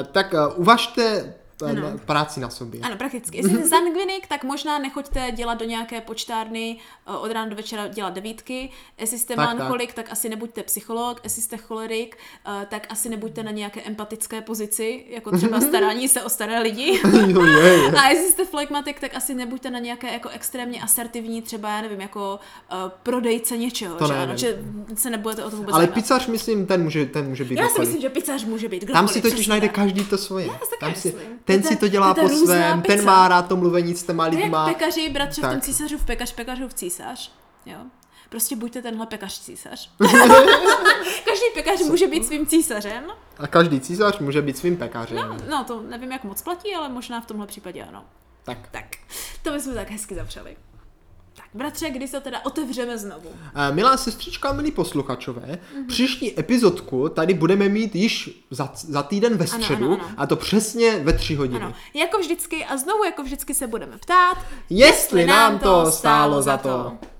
S1: eh, tak eh, uvažte eh, na- práci na sobě.
S2: Ano, prakticky. Jestli jste zangvinik, tak možná nechoďte dělat do nějaké počtárny eh, od rána do večera dělat devítky. Jestli jste
S1: Tak,
S2: melancholik, tak. asi nebuďte psycholog. Jestli jste cholerik, eh, tak asi nebuďte na nějaké empatické pozici, jako
S1: (laughs)
S2: třeba starání se o staré lidi.
S1: (laughs) Jo, je, je.
S2: A jestli jste flegmatik, tak asi nebuďte na nějaké jako extrémně asertivní, třeba, já nevím, jako uh, prodejce něčeho,
S1: To
S2: že
S1: ne,
S2: ano,
S1: ne.
S2: že se nebudete o to vůbec
S1: Ale
S2: zajímat.
S1: pizzař, myslím, ten může, ten může být
S2: Já si
S1: kdokoliv.
S2: myslím, že pizzař může být
S1: Tam
S2: kdokoliv,
S1: si totiž
S2: přesně
S1: najde
S2: tak.
S1: každý to svoje.
S2: si
S1: Tam
S2: taky
S1: si,
S2: myslím.
S1: ten
S2: To
S1: si
S2: je-
S1: to dělá
S2: to je
S1: po
S2: ta různá
S1: svém, ten
S2: pizza.
S1: má rád to mluvení s těma
S2: To je
S1: lidma.
S2: Jak pekaři, bratře, v tom
S1: Tak.
S2: císařův pekař, pekařův císař. Jo. Prostě buďte tenhle pekař císař. Každý pekař může být svým císařem.
S1: A každý císař může být svým pekařem.
S2: No, no, to nevím, jak moc platí, ale možná v tomhle případě ano.
S1: Tak.
S2: Tak, to bychom tak hezky zavřeli. Tak, bratře, kdy se teda otevřeme znovu?
S1: Eh, Milá sestřička, milí posluchačové, mm-hmm. příští epizodku tady budeme mít již za, za týden ve středu
S2: ano, ano.
S1: a to přesně ve tři hodiny.
S2: Ano, jako vždycky a znovu jako vždycky se budeme ptát,
S1: Jestli nám to stálo za to.
S2: to.